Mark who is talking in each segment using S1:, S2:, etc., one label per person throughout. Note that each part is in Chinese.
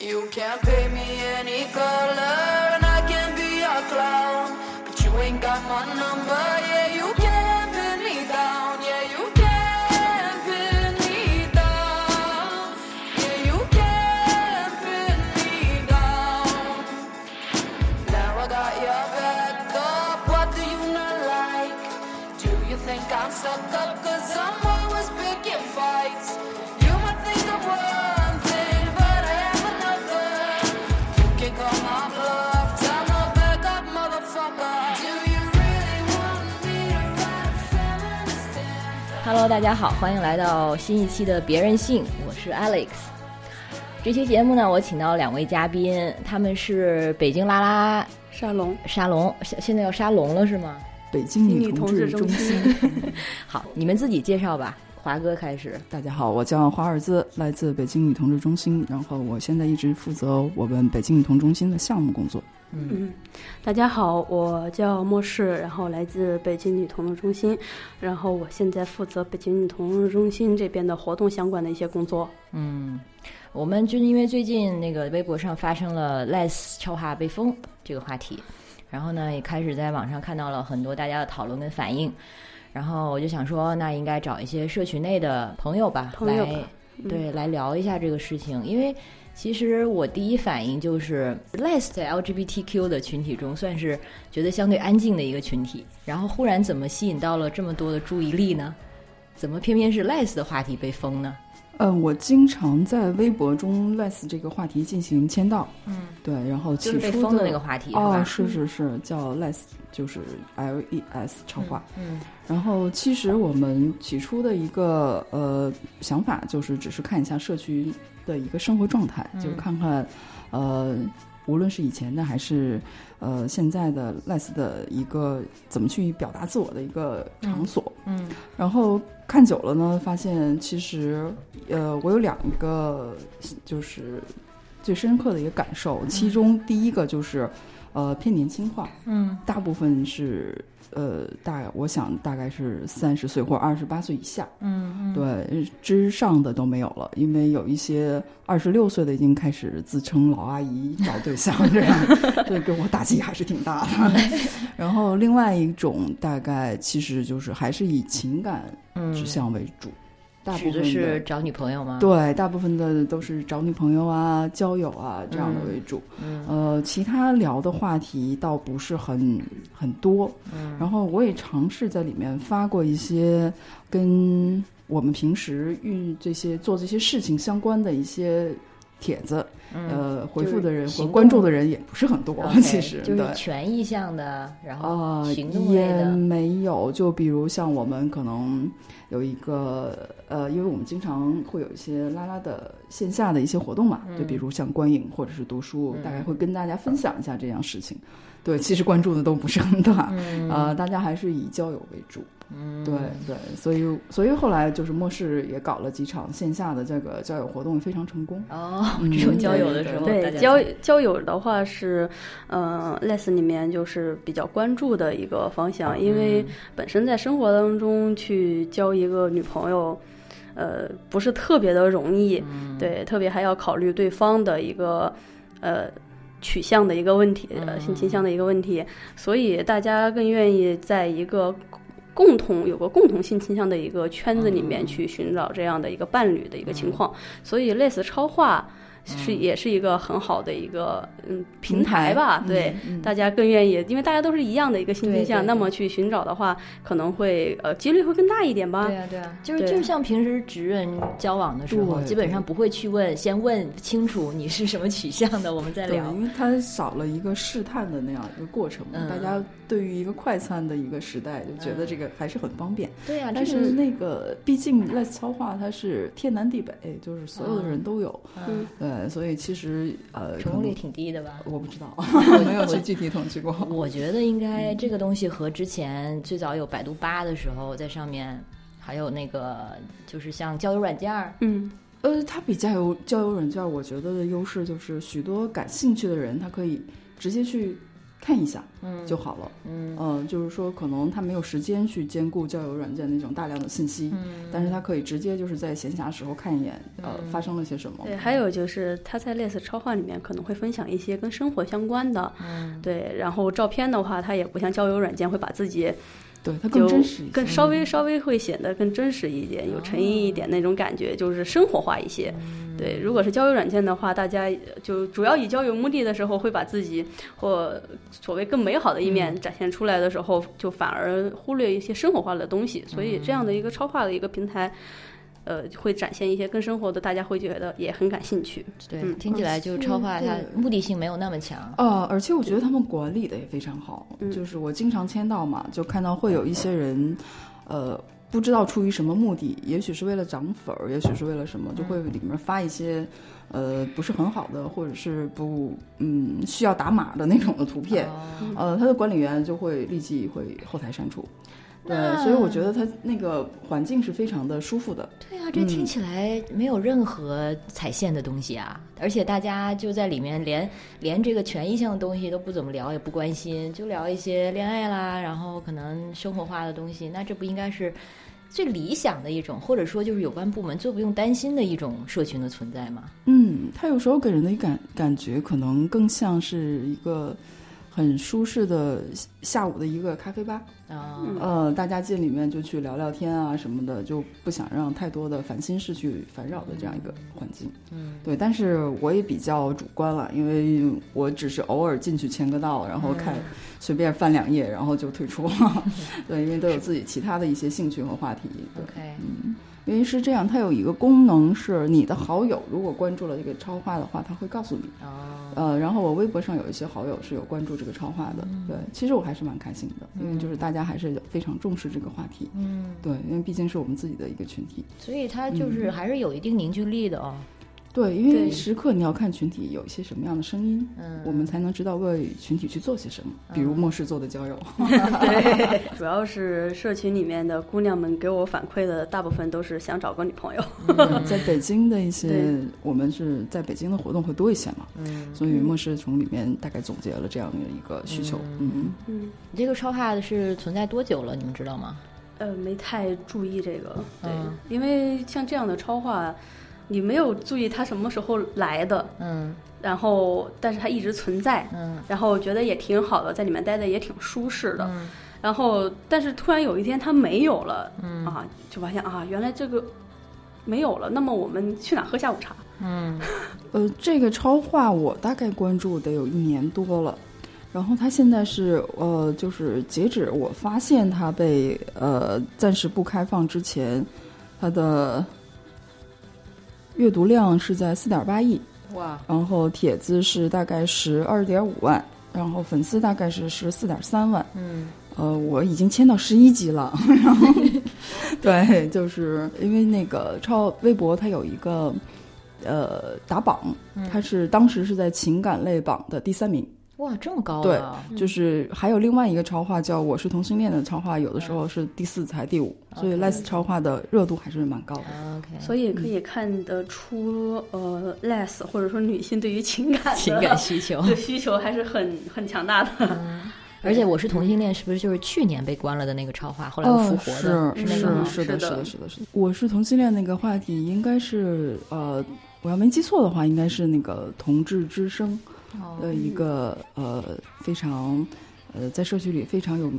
S1: You can't pay me any color, and I can be a clown. But you ain't got my number, yeah, you can't pin me down. Yeah, you can't pin me down. Yeah, you can't pin me down. Now I got your back up. What do you not like? Do you think I'm stuck up? Cause I'm always picking fights. You might think I'm one thing, but I am another. You can call my bluff. Time to back up, motherfucker. Do you really want me to ride a feminist anthem?
S2: Hello，大家好，欢迎来到新一期的《别任性》，我是 Alex。这期节目呢，我请到两位嘉宾，他们是北京拉拉
S3: 沙龙，
S2: 沙龙，现现在要沙龙了是吗？
S4: 北京
S3: 女
S4: 女
S3: 同
S4: 同
S3: 志
S4: 志
S3: 中
S4: 中
S3: 心
S4: 心。
S2: 好，你们自己介绍吧，华哥开始。
S4: 大家好，我叫华尔兹，来自北京女同志中心，然后我现在一直负责我们北京女同中心的项目工作。
S3: 嗯，大家好，我叫莫世，然后来自北京女同志中心，然后我现在负责北京女同志中心这边的活动相关的一些工作。
S2: 嗯，我们就是因为最近那个微博上发生了 “less 超话被封”这个话题，然后呢，也开始在网上看到了很多大家的讨论跟反应，然后我就想说，那应该找一些社群内的朋友吧，
S3: 朋友吧
S2: 来
S3: 嗯
S2: 对来聊一下这个事情，因为其实我第一反应就是 less 在 LGBTQ 的群体中算是觉得相对安静的一个群体，然后忽然怎么吸引到了这么多的注意力呢？怎么偏偏是 less 的话题被封呢？
S4: 嗯，我经常在微博中 less 这个话题进行签到。
S2: 嗯，
S4: 对，然后
S2: 就
S4: 起
S2: 是
S4: 初
S2: 被封的那个话题是吧？嗯
S4: 哦，是是是，叫 less，就是 L E S 超话。
S2: 嗯
S4: 然后其实我们起初的一个呃想法就是，只是看一下社区的一个生活状态，
S2: 嗯
S4: 就看看呃，无论是以前的还是呃现在的 less 的一个怎么去表达自我的一个场所。
S2: 嗯
S4: 然后看久了呢，发现其实呃，我有两个就是最深刻的一个感受，其中第一个就是呃偏年轻化。
S2: 嗯
S4: 大部分是呃大，我想大概是三十岁或二十八岁以下，
S2: 嗯，
S4: 对之上的都没有了，因为有一些二十六岁的已经开始自称老阿姨找对象这 样，对给我打击还是挺大的。然后另外一种大概其实就是还是以情感
S2: 嗯
S4: 指向为主，大部
S2: 指
S4: 分
S2: 的
S4: 的
S2: 是找女朋友吗？，
S4: 对，大部分的都是找女朋友啊、交友啊这样的为主。
S2: 嗯
S4: 呃，其他聊的话题倒不是很很多。
S2: 嗯
S4: 然后我也尝试在里面发过一些跟我们平时运这些做这些事情相关的一些帖子。
S2: 嗯，
S4: 呃，
S2: 就
S4: 回复
S2: 是
S4: 的人和
S2: 行
S4: 关注
S2: 动
S4: 的人也不是很多
S2: OK，
S4: 其实
S2: 就
S4: 对
S2: 是。权益项的，然
S4: 啊
S2: 后，行动类
S4: 也
S2: 的，
S4: 没有。就比如像我们可能有一个呃，因为我们经常会有一些拉拉的线下的一些活动嘛，就
S2: 嗯
S4: 比如像观影或者是读书，大概会跟大家分享一下这样事情。对，其实关注的都不是很大，
S2: 嗯
S4: 呃，大家还是以交友为主。
S2: 嗯
S4: 对对，所以所以后来就是末世也搞了几场线下的这个交友活动，非常成功。
S2: 哦，
S4: 嗯
S2: 这种交友的时候，哦大
S3: 对
S2: 家
S3: 交交友的话是，呃，less 里面就是比较关注的一个方向，因
S2: 嗯
S3: 为本身在生活当中去交一个女朋友，呃，不是特别的容易，
S2: 嗯
S3: 对，特别还要考虑对方的一个呃取向的一个问题，呃，性倾向的一个问题，所以大家更愿意在一个。共同有个共同性倾向的一个圈子里面去寻找这样的一个伴侣的一个情况，所以类似超话是也是一个很好的一个嗯平台吧，
S4: 嗯
S3: 对，
S4: 嗯
S3: 大家更愿意，因为大家都是一样的一个性倾
S2: 对对
S3: 向，
S2: 对
S3: 那么去寻找的话，可能会呃几率会更大一点吧
S2: 对。啊，对啊，就是
S3: 对
S2: 就是像平时直人交往的时候，
S4: 对
S2: 基本上不会去问，先问清楚你是什么取向的，我们再
S4: 对，
S2: 聊。
S4: 因为它少了一个试探的那样一个过程嘛。
S2: 嗯
S4: 大家对于一个快餐的一个时代，就觉得这个还是很方便。
S2: 对呀，
S4: 但
S2: 啊这
S4: 是
S2: 个
S4: 那个，毕竟 less 超话它是天南地北，就是所有的人都有。
S3: 嗯
S4: 对，所以其实呃，
S2: 成
S4: 可
S2: 功率
S4: 能
S2: 挺低的吧？
S4: 我不知 道，没有去具体统计过。
S2: 我觉得应
S4: 嗯
S2: 该这个东西和之前最早有百度吧的时候，在上面还有那个就是像交友软件儿，
S3: 嗯，
S4: 呃，它比较有交友软件，我觉得的优势就是许多感兴趣的人，他可以直接去。看一下就好了。嗯、呃，就是说可能他没有时间去兼顾交友软件那种大量的信息，但是他可以直接就是在闲暇时候看一眼，呃，发生了些什么。
S3: 对，还有就是他在类似超话里面可能会分享一些跟生活相关的，对，然后照片的话，他也不像交友软件会把自己
S4: 对他更
S3: 就
S4: 真实一些。嗯哦
S3: 更稍微稍微会显得更真实一点，有诚意一点那种感觉，就是生活化一些。
S4: 嗯
S3: 对，如果是交友软件的话，大家就主要以交友目的的时候，会把自己或所谓更美好的一
S4: 嗯
S3: 面展现出来的时候，就反而忽略一些生活化的东西。
S4: 嗯
S3: 所以这样的一个超话的一个平台，呃，会展现一些更生活的，大家会觉得也很感兴 趣。
S2: 对，
S3: 嗯
S2: 听起来就超话它
S4: 对
S2: 目的性没有那么强。
S4: 呃，而且我觉得他们管理的也非常好，
S2: 嗯
S4: 就是我经常签到嘛，就看到会有一些人，呃，不知道出于什么目的，也许是为了涨粉儿，也许是为了什么，
S2: 嗯
S4: 就会里面发一些，呃，不是很好的，或者是不，嗯，需要打码的那种的图片，
S2: 哦
S4: 呃，他的管理员就会立即会后台删除。对，
S2: 那
S4: 所以我觉得他那个环境是非常的舒服的。
S2: 对啊，这听起来没有任何踩线的东西啊，而且大家就在里面连连这个权益项的东西都不怎么聊，也不关心，就聊一些恋爱啦，然后可能生活化的东西，那这不应该是最理想的一种，或者说就是有关部门最不用担心的一种社群的存在吗？
S4: 嗯，它有时候给人的一感感觉可能更像是一个很舒适的下下午的一个咖啡吧。
S2: 啊、
S4: 呃，大家进里面就去聊聊天啊什么的，就不想让太多的烦心事去烦扰的这样一个环境。嗯，对。但是我也比较主观了，因为我只是偶尔进去签个到，然后看、随便翻两页，然后就退出了。 对，因为都有自己其他的一些兴趣和话题。对。
S2: o k
S4: 因为是这样，它有一个功能是，你的好友如果关注了这个超话的话，它会告诉你。
S2: 哦，
S4: 呃，然后我微博上有一些好友是有关注这个超话的，
S2: 嗯
S4: 对，其实我还是蛮开心的，因为就是大家还是非常重视这个话题，
S2: 嗯，
S4: 对，因为毕竟是我们自己的一个群体，
S2: 所以它就是还是有一定凝聚力的哦。
S4: 对，因为
S3: 对
S4: 时刻你要看群体有一些什么样的声音，
S2: 嗯
S4: 我们才能知道为群体去做些什么，比如末世做 的交友，
S3: 对，主要是社群里面的姑娘们给我反馈的，大部分都是想找个女朋友。
S4: 在北京的一些
S3: 对，
S4: 我们是在北京的活动会多一些嘛，
S2: 嗯，
S4: 所以末世从里面大概总结了这样的一个需求，嗯
S3: 嗯，
S2: 你这个超话是存在多久了？你们知道吗？
S3: 呃，没太注意这个，对，
S2: 嗯
S3: 因为像这样的超话，你没有注意它什么时候来的，
S2: 嗯
S3: 然后但是它一直存在，
S2: 嗯
S3: 然后我觉得也挺好的，在里面待的也挺舒适的，
S2: 嗯
S3: 然后但是突然有一天它没有了，
S2: 嗯
S3: 啊，就发现啊，原来这个没有了，那么我们去哪儿喝下午茶？
S2: 嗯
S4: 呃，这个超话我大概关注得有一年多了，然后它现在是呃，就是截止我发现它被呃暂时不开放之前，它的阅读量是在四点八亿，
S2: 哇，
S4: 然后帖子是大概十二点五万，然后粉丝大概是十四点三万，
S2: 嗯
S4: 呃，我已经签到十一级了， 然后对，就是因为那个超微博它有一个呃打榜，它是当时是在情感类榜的第三名，
S2: 哇，这么高
S4: 对
S2: 啊！
S4: 就是还有另外一个超话叫《我是同性恋》的超话，有的时候是第四才第五，所以 Less 超话的热度还是蛮高的。
S2: OK，
S3: 所以可以看得出，呃，less 或者说女性对于情感的。
S2: 情感需求
S3: 的需求还是很很强大的。
S2: 而且我是同性恋，是不是就是去年被关了的那个超话，后来又复活的？
S4: 哦是
S2: 那
S4: 是
S2: 个吗？
S4: 是的，
S3: 是的
S4: 的，是的，是的。我是同性恋那个话题，应该是呃，我要没记错的话，应该是那个同志之声
S2: 哦
S4: 的一个、呃非常呃在社区里非常有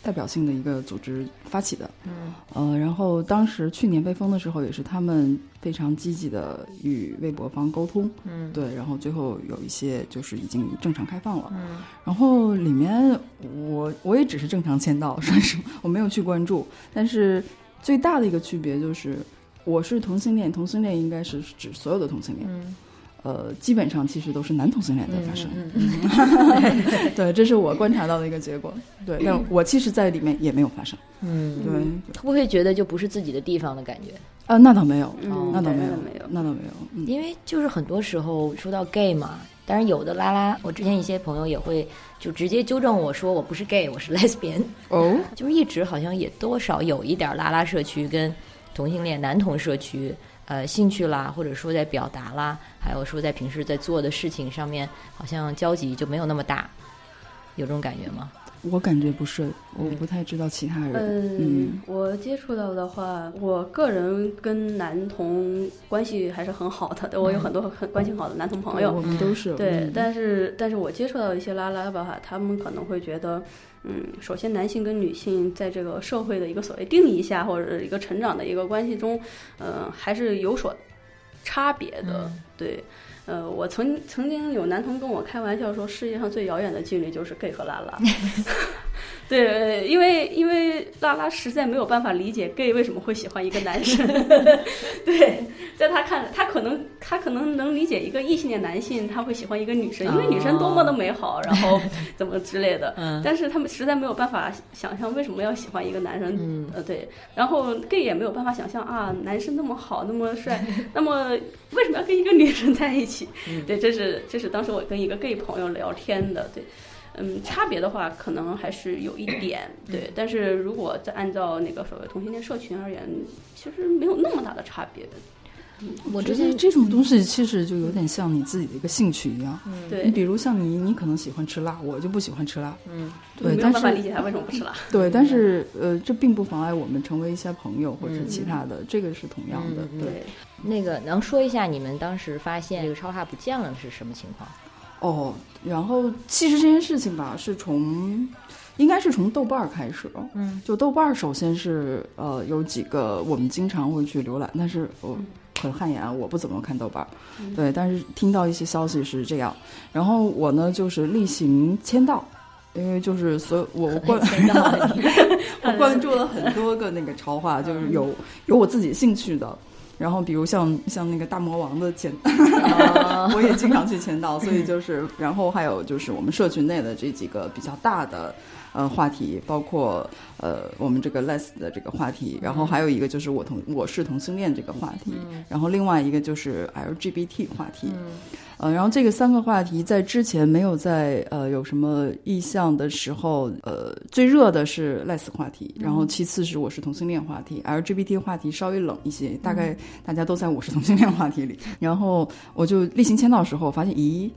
S4: 代表性的一个组织发起的。
S2: 嗯
S4: 呃，然后当时去年被封的时候，也是他们非常积极的与微博方沟通，
S2: 嗯
S4: 对，然后最后有一些就是已经正常开放了。
S2: 嗯
S4: 然后里面我我也只是正常签到，说 实话我没有去关注。但是最大的一个区别就是，我是同性恋，同性恋应该是指所有的同性恋，
S2: 嗯
S4: 呃，基本上其实都是男同性恋在发生。
S2: 嗯嗯，
S4: 对，这是我观察到的一个结果。对，但我其实在里面也没有发生。
S2: 嗯，
S4: 对，
S2: 会不会觉得就不是自己的地方的感觉？
S4: 啊，那倒没有，
S3: 嗯
S4: 那倒没
S3: 对那
S4: 有
S3: 倒没有，
S4: 那倒没有。嗯，
S2: 因为就是很多时候说到 gay 嘛，当然有的拉拉，我之前一些朋友也会就直接纠正我说我不是 gay，我是 lesbian，
S4: 哦，
S2: 就是一直好像也多少有一点拉拉社区跟同性恋男同社区，呃，兴趣啦，或者说在表达啦，还有说在平时在做的事情上面，好像交集就没有那么大。有这种感觉吗？
S4: 我感觉不是，我
S2: 嗯
S4: 不太知道其他人。
S3: 嗯，我接触到的话，我个人跟男同关系还是很好的，我有很多很关系好的男同朋
S4: 对
S3: 友。
S4: 我们都是
S3: 哦对
S4: 嗯，
S3: 但是但是我接触到一些拉拉吧，他们可能会觉得，嗯，首先男性跟女性在这个社会的一个所谓定义下，或者一个成长的一个关系中，呃，还是有所差别的。
S2: 嗯
S3: 对，呃，我曾曾经有男同跟我开玩笑说，世界上最遥远的距离就是 gay 和拉拉。 对，呃因为因为拉拉实在没有办法理解 gay 为什么会喜欢一个男生， 对，在他看，他可能他可能能理解一个异性恋男性他会喜欢一个女生，因为女生多么的美好，然后怎么之类的，
S2: 嗯
S3: 但是他们实在没有办法想象为什么要喜欢一个男人，
S2: 嗯
S3: 呃，对，然后 gay 也没有办法想象啊，男生那么好，那 么帅，那么为什么要跟一个女生在一起？
S2: 嗯
S3: 对，这是这是当时我跟一个 gay 朋友聊天的，对。嗯，差别的话可能还是有一点，
S2: 嗯
S3: 对。但是如果再按照那个所谓同性恋社群而言，其实没有那么大的差别。
S2: 我
S4: 觉
S2: 之
S4: 得
S2: 前嗯
S4: 这种东西其实就有点像你自己的一个兴趣一样。你
S3: 对，
S4: 比如像你，你可能喜欢吃辣，我就不喜欢吃辣。
S2: 嗯，
S4: 对，
S3: 没有
S4: 但
S3: 办法理
S4: 是
S3: 解他为什么不吃辣。
S4: 对，但是呃，这并不妨碍我们成为一些朋友或者是其他的，这个是同样的。
S2: 嗯嗯嗯
S4: 对，
S3: 对，
S2: 那个能说一下你们当时发现这个超话不降了是什么情况？
S4: 哦，然后其实这件事情吧，是从应该是从豆瓣儿开始。哦
S2: 嗯，
S4: 就豆瓣儿首先是呃有几个我们经常会去浏览，但是我、很汗颜啊，我不怎么看豆瓣儿。对，但是听到一些消息是这样，然后我呢就是例行签到。因为就是所有我我关 我关注了很多个那个潮话，就是有有我自己兴趣的，然后比如像像那个大魔王的签
S2: 哦
S4: 我也经常去签到，所以就是，然后还有就是我们社群内的这几个比较大的呃话题，包括呃我们这个 less 的这个话题，然后还有一个就是我同我是同性恋这个话题，然后另外一个就是 LGBT 话题，呃，然后这个三个话题在之前没有在呃有什么意向的时候，呃，最热的是 less 话题，然后其次是我是同性恋话题、l g b t 话题稍微冷一些，大概大家都在我是同性恋话题里。然后我就例行签到的时候，发现咦，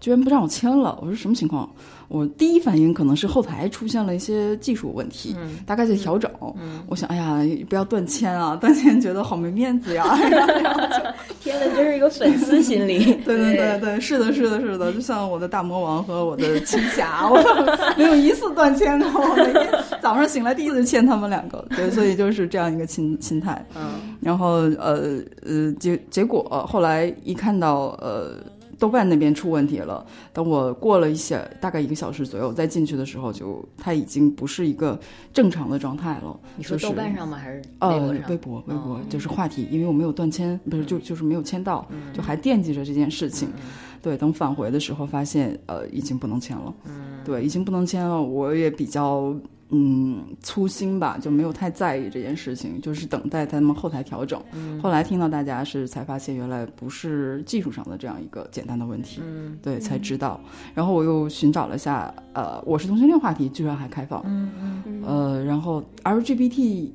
S4: 居然不让我签了，我说什么情况？我第一反应可能是后台出现了一些技术问题，大概在调整。我想，哎呀，不要断签啊，断签觉得好没面子呀。。
S2: 天呐，这是一个粉丝心理
S4: 对对对对，是的，是的，是的，就像我的大魔王和我的青霞，我没有一次断签过，我每天早上醒来第一次签他们两个，对，所以就是这样一个心心态。
S2: 嗯，
S4: 然后呃呃，结结果后来一看到呃豆瓣那边出问题了，等我过了一些大概一个小时左右再进去的时候就，它已经不是一个正常的状态了。
S2: 你说
S4: 就是
S2: 豆瓣上吗？还是微
S4: 呃
S2: 博，上？嗯
S4: 微博，微博
S2: 哦
S4: 就是话题，因为我没有断签，不是就就是没有签到，
S2: 嗯
S4: 就还惦记着这件事情。对，等返回的时候发现，呃，已经不能签了。
S3: 嗯
S2: 嗯
S4: 对，已经不能签了。我也比较嗯粗心吧，就没有太在意这件事情，就是等待他们后台调整。
S3: 嗯
S4: 后来听到大家是才发现，原来不是技术上的这样一个简单的问题，
S3: 嗯
S4: 对，才知道。然后我又寻找了一下，呃，我是同性恋话题居然还开放，
S3: 嗯
S4: 呃，然后 LGBT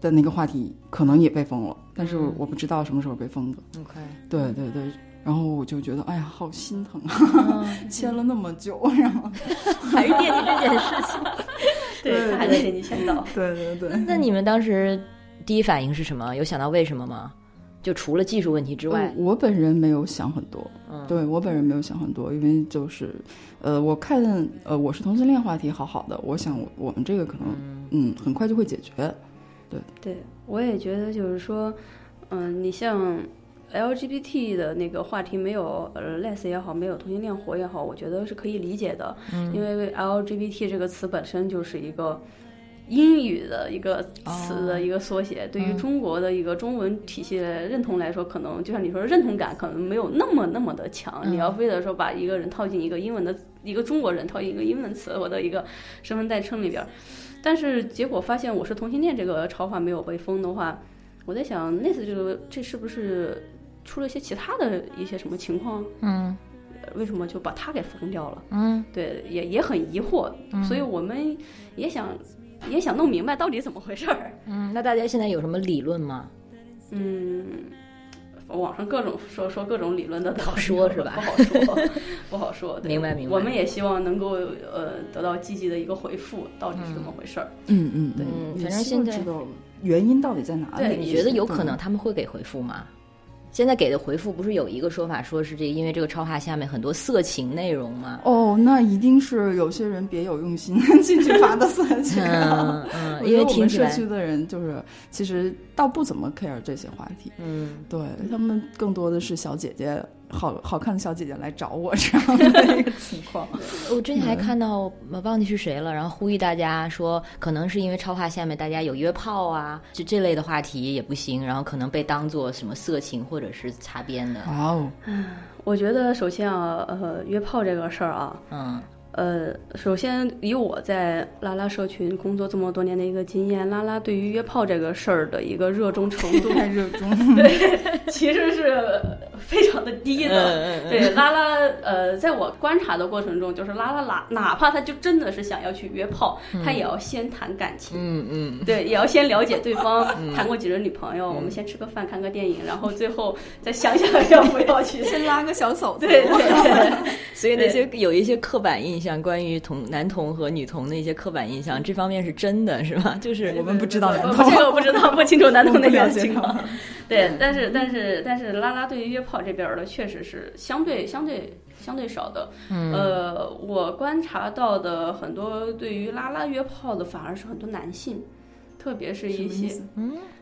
S4: 的那个话题可能也被封了，但
S3: 嗯
S4: 是我不知道什么时候被封的。
S2: OK，
S4: 对对对，然后我就觉得，哎呀，好心疼啊，
S3: 嗯
S4: 签了那么久，然后
S3: 还是惦记这件事 情。
S4: 对
S3: 对他还在惦记签到。
S4: 对对对。
S2: 那你们当时第一反应是什么？有想到为什么吗？就除了技术问题之外
S4: 呃，我本人没有想很多，
S2: 嗯
S4: 对我本人没有想很多，因为就是，呃，我看，呃，我是同性恋话题好好的，我想我我们这个可能，嗯，很快就会解决，
S3: 对，我也觉得就是说，嗯、你像 LGBT 的那个话题没有呃 less 也好，没有同性恋活也好，我觉得是可以理解的，因为 LGBT 这个词本身就是一个。英语的一个词的一个缩写，对于中国的一个中文体系的认同来说，可能就像你说，认同感可能没有那么那么的强。你要非得说把一个人套进一个英文的一个中国人套进一个英文词或者一个身份代称里边儿，但是结果发现我是同性恋这个超话没有被封的话，我在想那次这个这是不是出了一些其他的一些什么情况？
S2: 嗯
S3: 呃为什么就把它给封掉了？
S2: 嗯，
S3: 对，也也很疑惑，所以我们也想也想弄明白到底怎么回事儿。
S2: 嗯，那大家现在有什么理论吗？
S3: 嗯，网上各种说说各种理论的
S2: 不好说是吧
S3: 不好说，不 好说。对
S2: 明白明白
S3: 我们也希望能够呃得到积极的一个回复，到底是怎么回事儿？
S4: 嗯嗯
S3: 对
S2: 嗯
S4: 也
S2: 反正
S4: 希望
S2: 现在
S4: 知道原因到底在哪里。嗯
S3: 对
S2: 你觉得有可能他们会给回复吗？现在给的回复不是有一个说法，说是这因为这个超话下面很多色情内容 吗？
S4: 哦，那一定是有些人别有用心 进去发的 色情啊。
S2: 嗯嗯，
S4: 我
S2: 因
S4: 觉
S2: 为
S4: 得我
S2: 听
S4: 们
S2: 起
S4: 社
S2: 来，
S4: 区的人就是其实倒不怎么 care 这些话题，
S2: 嗯，
S4: 对他们更多的是小姐姐。好好看的小姐姐来找我这样的一 个情况，
S2: 我之前还看到呃忘记是谁了，然后呼吁大家说，可能是因为超话下面大家有约炮啊，就这类的话题也不行，然后可能被当做什么色情或者是擦边的，
S4: 哇哦，
S3: 我觉得首先啊，呃，约炮这个事儿啊，
S2: 嗯
S3: 呃，首先以我在拉拉社群工作这么多年的一个经验，拉拉对于约炮这个事儿的一个热衷程 度
S4: 太热衷，
S3: 其实是非常的低的。
S2: 嗯
S3: 对拉拉，呃，在我观察的过程中，就是拉拉哪哪怕他就真的是想要去约炮，他也要先谈感情。
S2: 嗯嗯，
S3: 对，也要先了解对方谈过几任女朋友，我们先吃个饭，看个电影，然后最后再想想要不要 去。
S4: 先拉个小手
S3: 对对对，
S2: 所以那些有一些刻板印象，关于同男同和女同的一些刻板印
S4: 嗯
S2: 象，这方面是真的是 吧？就是
S4: 我们不知道男
S3: 我
S4: 同
S3: 这 个我不知道，不清楚男同那个
S4: 我不了解
S3: 情况
S4: 他。
S3: 对，但是但是但是，拉拉对于约炮这边儿的确实是相对相对相对少的。
S4: 嗯
S3: 呃，我观察到的很多对于拉拉约炮的，反而是很多男性，特别是一些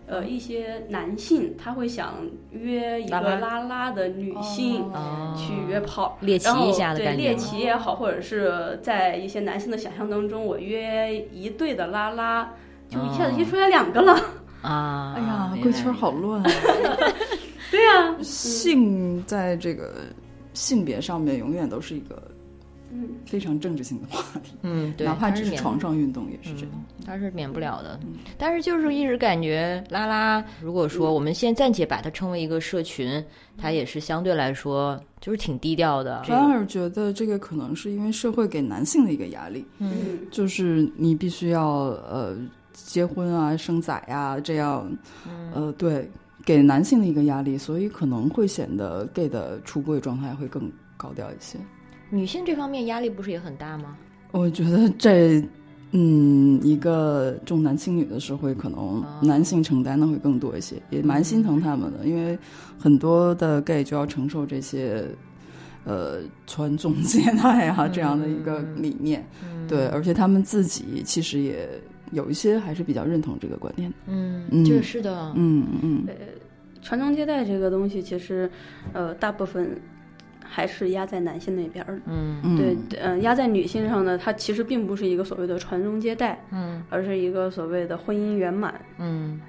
S3: 呃一些男性，他会想约一个
S2: 拉拉
S3: 拉拉的女性
S2: 哦
S3: 去约炮，
S2: 猎奇
S3: 然后
S2: 一下的
S3: 对
S2: 感觉
S3: 猎
S2: 吗
S3: 奇也好，或者是在一些男性的想象当中，我约一对的拉拉，就一下子约出来两个了。
S2: 啊，
S4: 哎呀，
S2: 明白
S4: 贵圈好乱啊！
S3: 对啊呀、
S4: 性在这个性别上面永远都是一个
S3: 嗯，
S4: 非常政治性的话题，
S2: 嗯，对，
S4: 哪怕
S2: 它
S4: 只是嗯
S2: 免
S4: 床上运动也是这样。
S2: 它是免不了的。但是就是一直感觉拉拉，如果说
S4: 嗯
S2: 我们先暂且把它称为一个社群，它也是相对来说就是挺低调的。
S4: 反而觉得这个可能是因为社会给男性的一个压力，
S3: 嗯，
S4: 就是你必须要呃结婚啊、生崽啊这样，呃对，给男性的一个压力，所以可能会显得 gay 的出柜状态会更高调一些。
S2: 女性这方面压力不是也很大吗？
S4: 我觉得这，嗯，一个重男轻女的社会，可能嗯男性承担的会更多一些，也蛮心疼他们的，因为很多的 gay 就要承受这些，呃，传宗接代啊这样的一个理念，对，而且他们自己其实也有一些还是比较认同这个观念的，
S2: 嗯，
S4: 嗯
S2: 这是的，
S4: 嗯嗯，
S3: 传宗接代这个东西，其实呃，大部分还是压在男性那边儿的。
S2: 嗯
S4: 嗯
S3: 对，嗯，压在女性上呢，它其实并不是一个所谓的传宗接代，
S2: 嗯
S3: 而是一个所谓的婚姻圆满。
S2: 嗯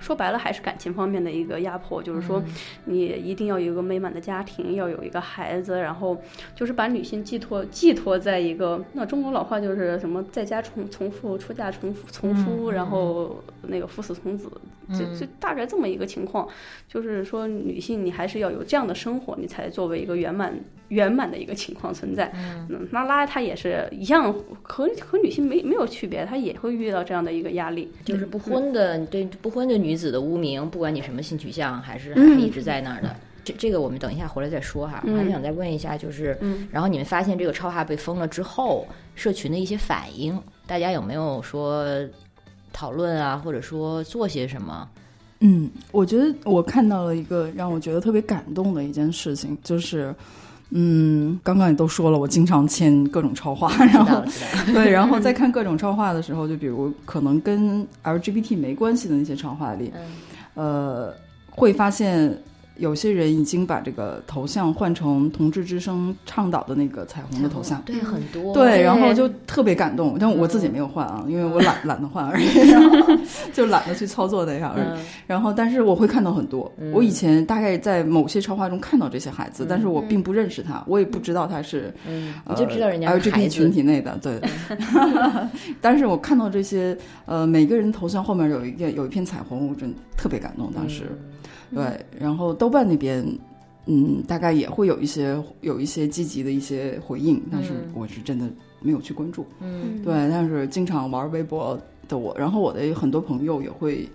S3: 说白了，还是感情方面的一个压迫，就是说，
S2: 嗯
S3: 你一定要有一个美满的家庭，要有一个孩子，然后就是把女性寄托寄托在一个，那中国老话就是什么在家重从父，出嫁从夫从夫，然后那个夫死从子，就就大概这么一个情况。就是说，女性你还是要有这样的生活，你才作为一个圆满圆满的一个情况存在。嗯，拉拉她也是一样，和和女性没没有区别，她也会遇到这样的一个压力。
S4: 嗯
S2: 就是不婚的对不婚的女子的污名，不管你什么性取向，还是
S3: 嗯
S2: 一直在那儿的。这这个我们等一下回来再说哈，
S4: 嗯
S2: 我还想再问一下，就是，然后你们发现这个超话被封了之后，社群的一些反应，大家有没有说讨论啊，或者说做些什么？
S4: 嗯，我觉得我看到了一个让我觉得特别感动的一件事情，就是，嗯，刚刚也都说了，我经常签各种超话，
S2: 知
S4: 然
S2: 道
S4: 后
S2: 了，知道 了，
S4: 对，然后在看各种超话的时候，就比如可能跟 LGBT 没关系的那些超话里，
S2: 嗯
S4: 呃，会发现有些人已经把这个头像换成同志之声倡导的那个彩虹的头像。嗯
S2: 对很多，
S4: 对，然后
S3: 对
S4: 就特别感动，但我自己没有换啊，因为我懒懒得换 而已，然后就懒得去操作那样而已。
S2: 嗯
S4: 然后，但是我会看到很多。我以前大概在某些超话中看到这些孩子，但是我并不认识他，我也不知道他是，
S2: 嗯，
S4: 呃
S2: 你就知道人家是孩
S4: LGBT 群
S2: 子，
S4: 体内的。 对，但是我看到这些，呃，每个人头像后面有一个有一片彩虹，我真的特别感动。当时，
S2: 嗯
S4: 对，然后豆瓣那边。嗯，大概也会有一些有一些积极的一些回应，但是
S2: 嗯
S4: 我是真的没有去关注。
S3: 嗯
S4: 对，但是经常玩微博的我，然后我的很多朋友也会，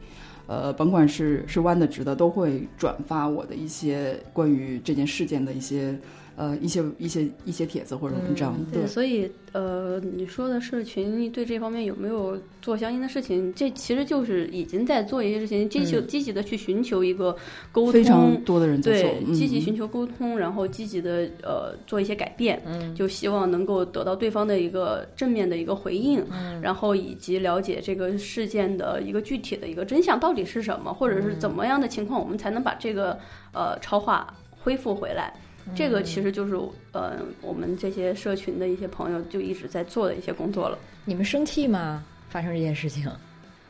S4: 呃，甭管是是弯的直的，都会转发我的一些关于这件事件的一些呃一些一些一些帖子或者文章。
S3: 嗯对，所以呃，你说的社群对这方面有没有做相应的事情？这其实就是已经在做一些事情，积极、
S2: 嗯
S3: 积极的去寻求一个沟通，
S4: 非常多的人在做
S3: 对，，
S4: 嗯
S3: 积极寻求沟通，然后积极的呃做一些改变，
S2: 嗯
S3: 就希望能够得到对方的一个正面的一个回应，
S2: 嗯
S3: 然后以及了解这个事件的一个具体的一个真相到底是什么，或者是怎么样的情况，我们才能把这个呃超话恢复回来。这个其实就是呃我们这些社群的一些朋友就一直在做的一些工作了。
S2: 你们生气吗？发生这件事情，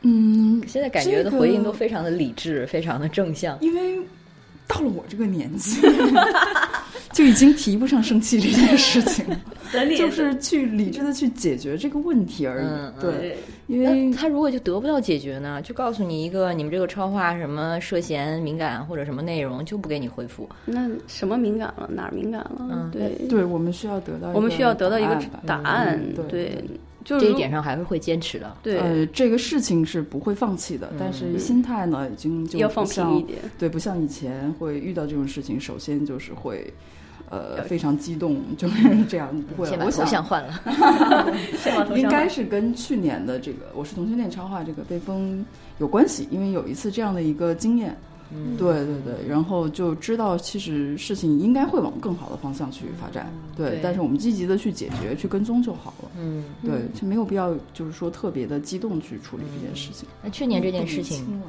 S4: 嗯，
S2: 现在感觉的回应都
S4: 这个
S2: 非常的理智，非常的正向。
S4: 因为到了我这个年纪， 就已经提不上生气这件事情了，就是去理智的去解决这个问题而已。
S2: 嗯嗯
S4: 对，
S3: 对，
S4: 因
S2: 那
S4: 为
S2: 他如果就得不到解决呢？就告诉你一个，你们这个超话什么涉嫌敏感或者什么内容，就不给你回复。
S3: 那什么敏感了，哪儿敏感了？
S2: 嗯
S3: 对，
S4: 对我们需要得到一
S3: 我们需要得到一个
S4: 答案吧
S3: 答案。
S4: 嗯对
S3: 对，就是
S4: 嗯
S2: 这一
S3: 如
S2: 点上还是会坚持的。
S3: 对、嗯
S4: 呃，这个事情是不会放弃的，但是心态呢，已经就
S3: 要
S4: 不
S3: 放平
S4: 像
S3: 一点。
S4: 对，不像以前会遇到这种事情，首先就是会，呃
S3: 要，
S4: 非常激动，
S3: 嗯
S4: 就是这样，不会
S2: 先
S4: 了。
S2: 把
S4: 我
S2: 头像
S4: 想
S2: 换 了。
S4: 应该是跟去年的这个我是同性恋超话这个被封有关系，因为有一次这样的一个经验，
S2: 嗯
S4: 对对对，然后就知道其实事情应该会往更好的方向去发展，对，
S2: 嗯对
S4: 但是我们积极的去解决、去跟踪就好了，
S2: 嗯，
S4: 对，就没有必要就是说特别的激动去处理这件事情。
S2: 那去嗯年这件事情，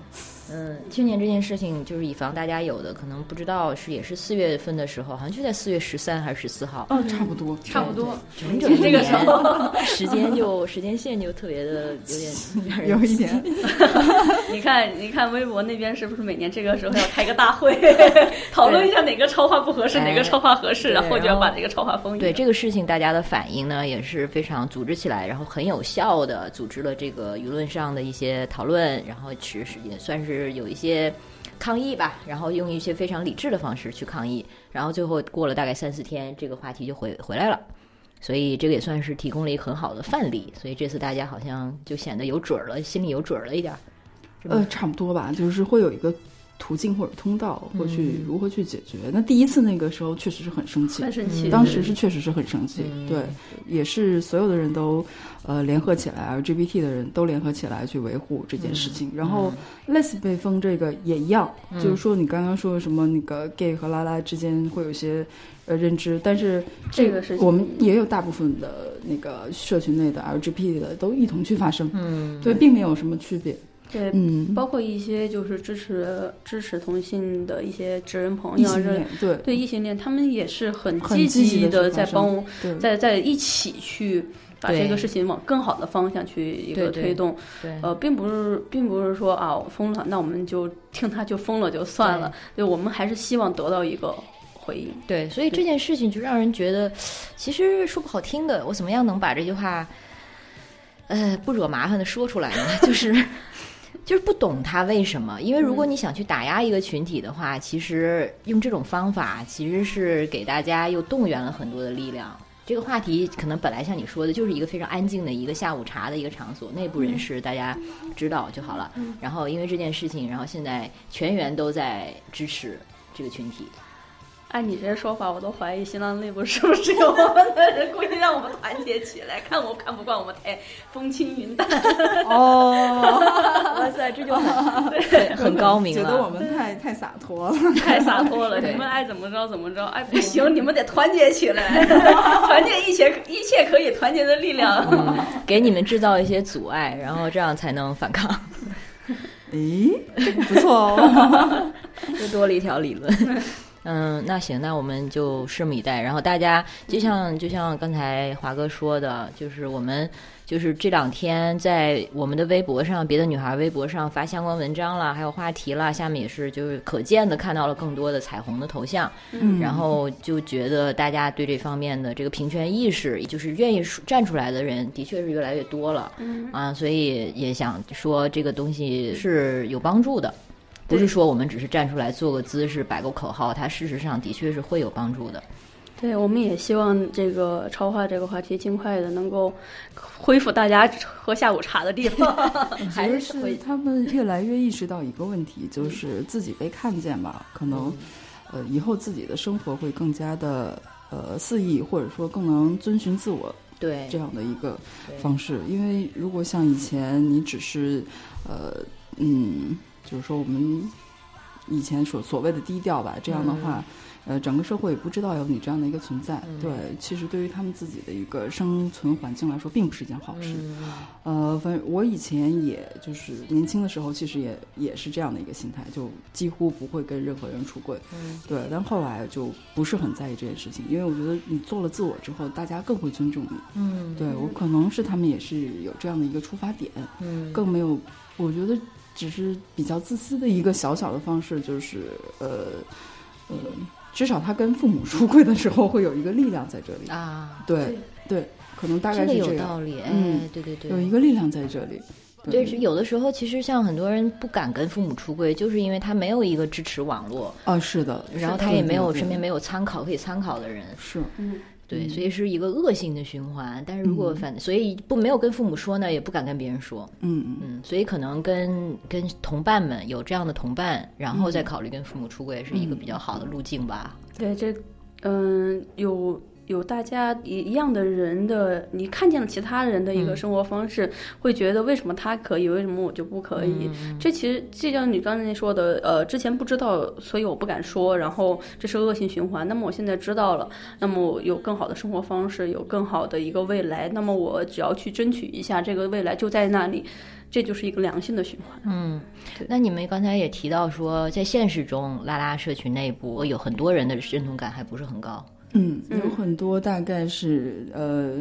S2: 嗯，去年这件事情就是以防大家有的可能不知道，是也是四月份的时候，好像就在四月十三还是十四号，
S4: 哦，差不多，差
S3: 差不多，
S2: 整整一年， 时间就时间线就特别的有 点让人
S4: 有一点，
S3: 你看，你看微博那边是不是每年这个时候要开个大 会，讨论一下哪个超话不合适，
S2: 哎
S3: 哪个超话合适，
S2: 对
S3: 然后就要把
S2: 然后
S3: 这个超话封一
S2: 对
S3: 遍。
S2: 这个事情，大家的反应呢也是非常组织起来，然后很有效的组织了这个舆论上的一些讨论，然后其实也算是有一些抗议吧，然后用一些非常理智的方式去抗议，然后最后过了大概三四天，这个话题就回回来了。所以这个也算是提供了一个很好的范例，所以这次大家好像就显得有准儿了，心里有准儿了一点儿。 是吧
S4: 呃，差不多吧，就是会有一个途径或者通道，会去
S2: 嗯
S4: 如何去解决。那第一次那个时候确实是很生气，
S3: 很神奇，
S4: 嗯当时是确实是很生气，
S2: 嗯
S4: 对，也是所有的人都呃联合起来，LGBT 的人都联合起来去维护这件事情。然后 les 被封这个也一样，就是说你刚刚说什么那个 gay 和拉拉之间会有一些呃认知，但是
S3: 这个事情
S4: 我们也有大部分的那个社群内的 LGBT 的都一同去发声，
S2: 嗯，
S4: 对，并没有什么区别，
S3: 对。
S4: 嗯，
S3: 包括一些就是支持支持同性的一些职人朋
S4: 异
S3: 友啊，
S4: 性
S3: 这
S4: 恋对
S3: 对异性恋，他们也是很
S4: 很
S3: 积
S4: 积极
S3: 极
S4: 地
S3: 的
S4: 去
S3: 在
S4: 发
S3: 帮
S4: 声嗯
S3: 我
S4: 对
S3: 在在一起去把
S2: 对
S3: 这个事情往更好的方向去一
S2: 对
S3: 个
S2: 对
S3: 推动。
S2: 对，
S3: 呃，并不是，并不是说啊封了，那我们就听他就封了就算了。对，我们还是希望得到一个回应。
S2: 对，所以这件事情就让人觉得，其实说不好听的，我怎么样能把这句话，呃，不惹麻烦的说出来呢？ 就是。就是不懂他为什么，因为如果你想去打压一个群体的话，其实用这种方法其实是给大家又动员了很多的力量。这个话题可能本来像你说的，就是一个非常安静的一个下午茶的一个场所，内部人士大家知道就好了。然后因为这件事情，然后现在全员都在支持这个群体，
S3: 按你这说法，我都怀疑新浪内部是不是有我们的人故意让我们团结起来，看我看不惯我们太风轻云淡。 哇塞，这就很 对
S2: 很高明了。
S4: 觉得我们太太洒脱了。
S3: 太洒脱了，
S2: 对
S3: 你们爱怎么着怎么着，哎不行，你们得团结起 来，团结一切一切可以团结的力 量。
S2: 嗯给你们制造一些阻碍，然后这样才能反抗，
S4: 诶，这个不错哦。
S2: 又多了一条理论。 嗯，那行，那我们就拭目以待。然后大家就像就像刚才华哥说的，就是我们就是这两天在我们的微博上，别的女孩微博上发相关文章啦，还有话题啦，下面也是就是可见的看到了更多的彩虹的头像。然后就觉得大家对这方面的这个平权意识，就是愿意出站出来的人，的确是越来越多了。嗯啊，所以也想说这个东西是有帮助的，不是说我们只是站出来做个姿势、摆个口号，它事实上的确是会有帮助的。
S3: 对，我们也希望这个超话这个话题尽快的能够恢复大家喝下午茶的地方，
S4: 觉
S3: 还
S4: 得
S3: 是嗯回
S4: 是他们越来越意识到一个问题，就是自己被看见吧，可
S3: 嗯
S4: 能，呃，以后自己的生活会更加的呃肆意，或者说更能遵循自我
S2: 对
S4: 这样的一个
S2: 对
S4: 方式。因为如果像以前你只是，呃，嗯，就是说我们以前所所谓的低调吧，这样的话。呃，整个社会也不知道有你这样的一个存在，
S2: 嗯
S4: 对，其实对于他们自己的一个生存环境来说，并不是一件好事。
S2: 嗯
S4: 呃，反正我以前也就是年轻的时候，其实也也是这样的一个心态，就几乎不会跟任何人出柜。
S2: 嗯
S4: 对，但后来就不是很在意这件事情，因为我觉得你做了自我之后，大家更会尊重你。
S2: 嗯
S4: 对我可能是他们也是有这样的一个出发点，
S2: 嗯
S4: 更没有，我觉得只是比较自私的一个小小的方式，就是呃呃，至少他跟父母出柜的时候会有一个力量在这里。
S2: 啊，
S4: 对对，可能大概
S2: 这
S4: 是
S2: 个有
S4: 样，
S2: 道理，哎
S4: 嗯，
S2: 对对对，
S4: 有一个力量在这里。
S2: 对，是有的时候其实像很多人不敢跟父母出柜，就是因为他没有一个支持网络，
S4: 啊，是的，
S2: 然后他
S4: 对
S2: 也
S4: 对
S2: 没有
S4: 对
S2: 身边没有参考可以参考的人，
S4: 是，
S3: 嗯，
S2: 对，
S4: 嗯
S2: 所以是一个恶性的循环。但是如果
S4: 嗯
S2: 反，所以不没有跟父母说呢，也不敢跟别人说，
S4: 嗯嗯，
S2: 嗯，所以可能跟跟同伴们有这样的同伴，然后再
S4: 嗯
S2: 考虑跟父母出柜是一个比较好的路径吧。
S3: 对，这嗯、有。有大家一一样的人的，你看见了其他人的一个
S2: 嗯
S3: 生活方式，会觉得为什么他可以，为什么我就不可以？这其实这像你刚才说的，呃，之前不知道，所以我不敢说，然后这是恶性循环。那么我现在知道了，那么我有更好的生活方式，有更好的一个未来，那么我只要去争取一下，这个未来就在那里，这就是一个良性的循环。
S2: 嗯
S3: 对，
S2: 那你们刚才也提到说，在现实中，拉拉社群内部有很多人的认同感还不是很高。
S4: 嗯，有
S3: 嗯
S4: 很多大概是呃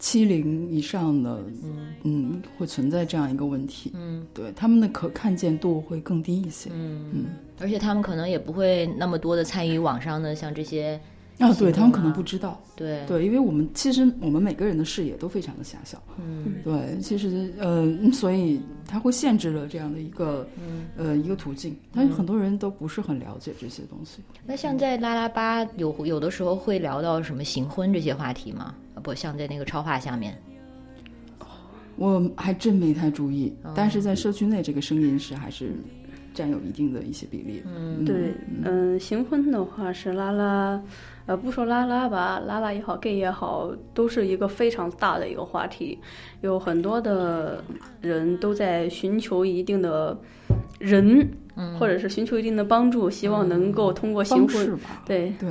S4: 七零以上的，嗯会存在这样一个问题。
S2: 嗯
S4: 对，他们的可看见度会更低一些。
S2: 嗯，而且他们可能也不会那么多的参与网上的像这些，
S4: 啊，
S2: 行
S4: 对他们可
S2: 动
S4: 能
S2: 啊
S4: 不知道。
S2: 对，
S4: 对，因为我们其实我们每个人的视野都非常的狭小。
S2: 嗯
S4: 对，其实呃，嗯所以它会限制了这样的一个、
S2: 嗯。
S4: 呃一个途径，但是很多人都不是很了解这些东西。
S2: 那像在拉拉吧有有的时候会聊到什么行婚这些话题吗？啊，不像在那个超话下面，
S4: 我还真没太注意，
S2: 哦
S4: 但是在社区内这个声音是还是占有一定的一些比例的。
S2: 嗯
S3: 对，嗯、行婚的话是拉拉，呃，不说拉拉吧，拉拉也好，gay 也好，都是一个非常大的一个话题，有很多的人都在寻求一定的人，或者是寻求一定的帮助，希望能够通过行
S4: 嗯方
S3: 婚，
S4: 式嗯吧，
S3: 对
S4: 对，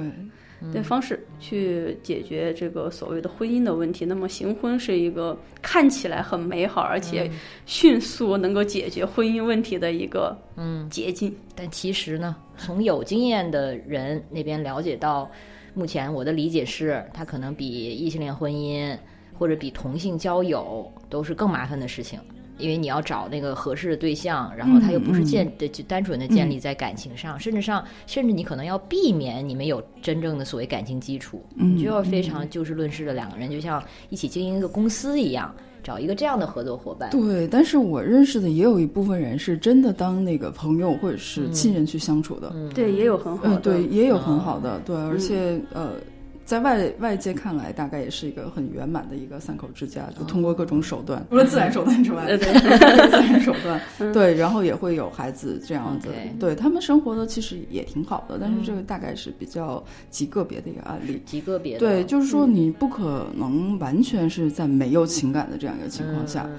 S3: 对方式去解决这个所谓的婚姻的问题。那么行婚是一个看起来很美好，而
S4: 嗯
S3: 且迅速能够解决婚姻问题的一个
S2: 嗯，
S3: 捷径。
S2: 但其实呢，从有经验的人那边了解到，目前我的理解是，它可能比异性恋婚姻或者比同性交友都是更麻烦的事情，因为你要找那个合适的对象，然后它又不
S4: 嗯
S2: 是建的、就单纯的建立在感情上，甚至上甚至你可能要避免你们有真正的所谓感情基础，
S4: 嗯
S2: 你就要非常就事论事的两个人，就像一起经营一个公司一样，找一个这样的合作伙伴。
S4: 对，但是我认识的也有一部分人是真的当那个朋友或者是亲人去相处的，嗯，
S3: 对，也有很好的。
S4: 对，也有很好的，对，而且呃，在外外界看来，大概也是一个很圆满的一个三口之家，就通过各种手段，哦除了自然手段之外，
S3: 对对
S4: 自然手段，嗯对，然后也会有孩子这样子
S2: OK，
S4: 对他们生活的其实也挺好的，但是这个大概是比较极个别的一个案例。
S2: 极个别的
S4: 对，就是说你不可能完全是在没有情感的这样一个情况下，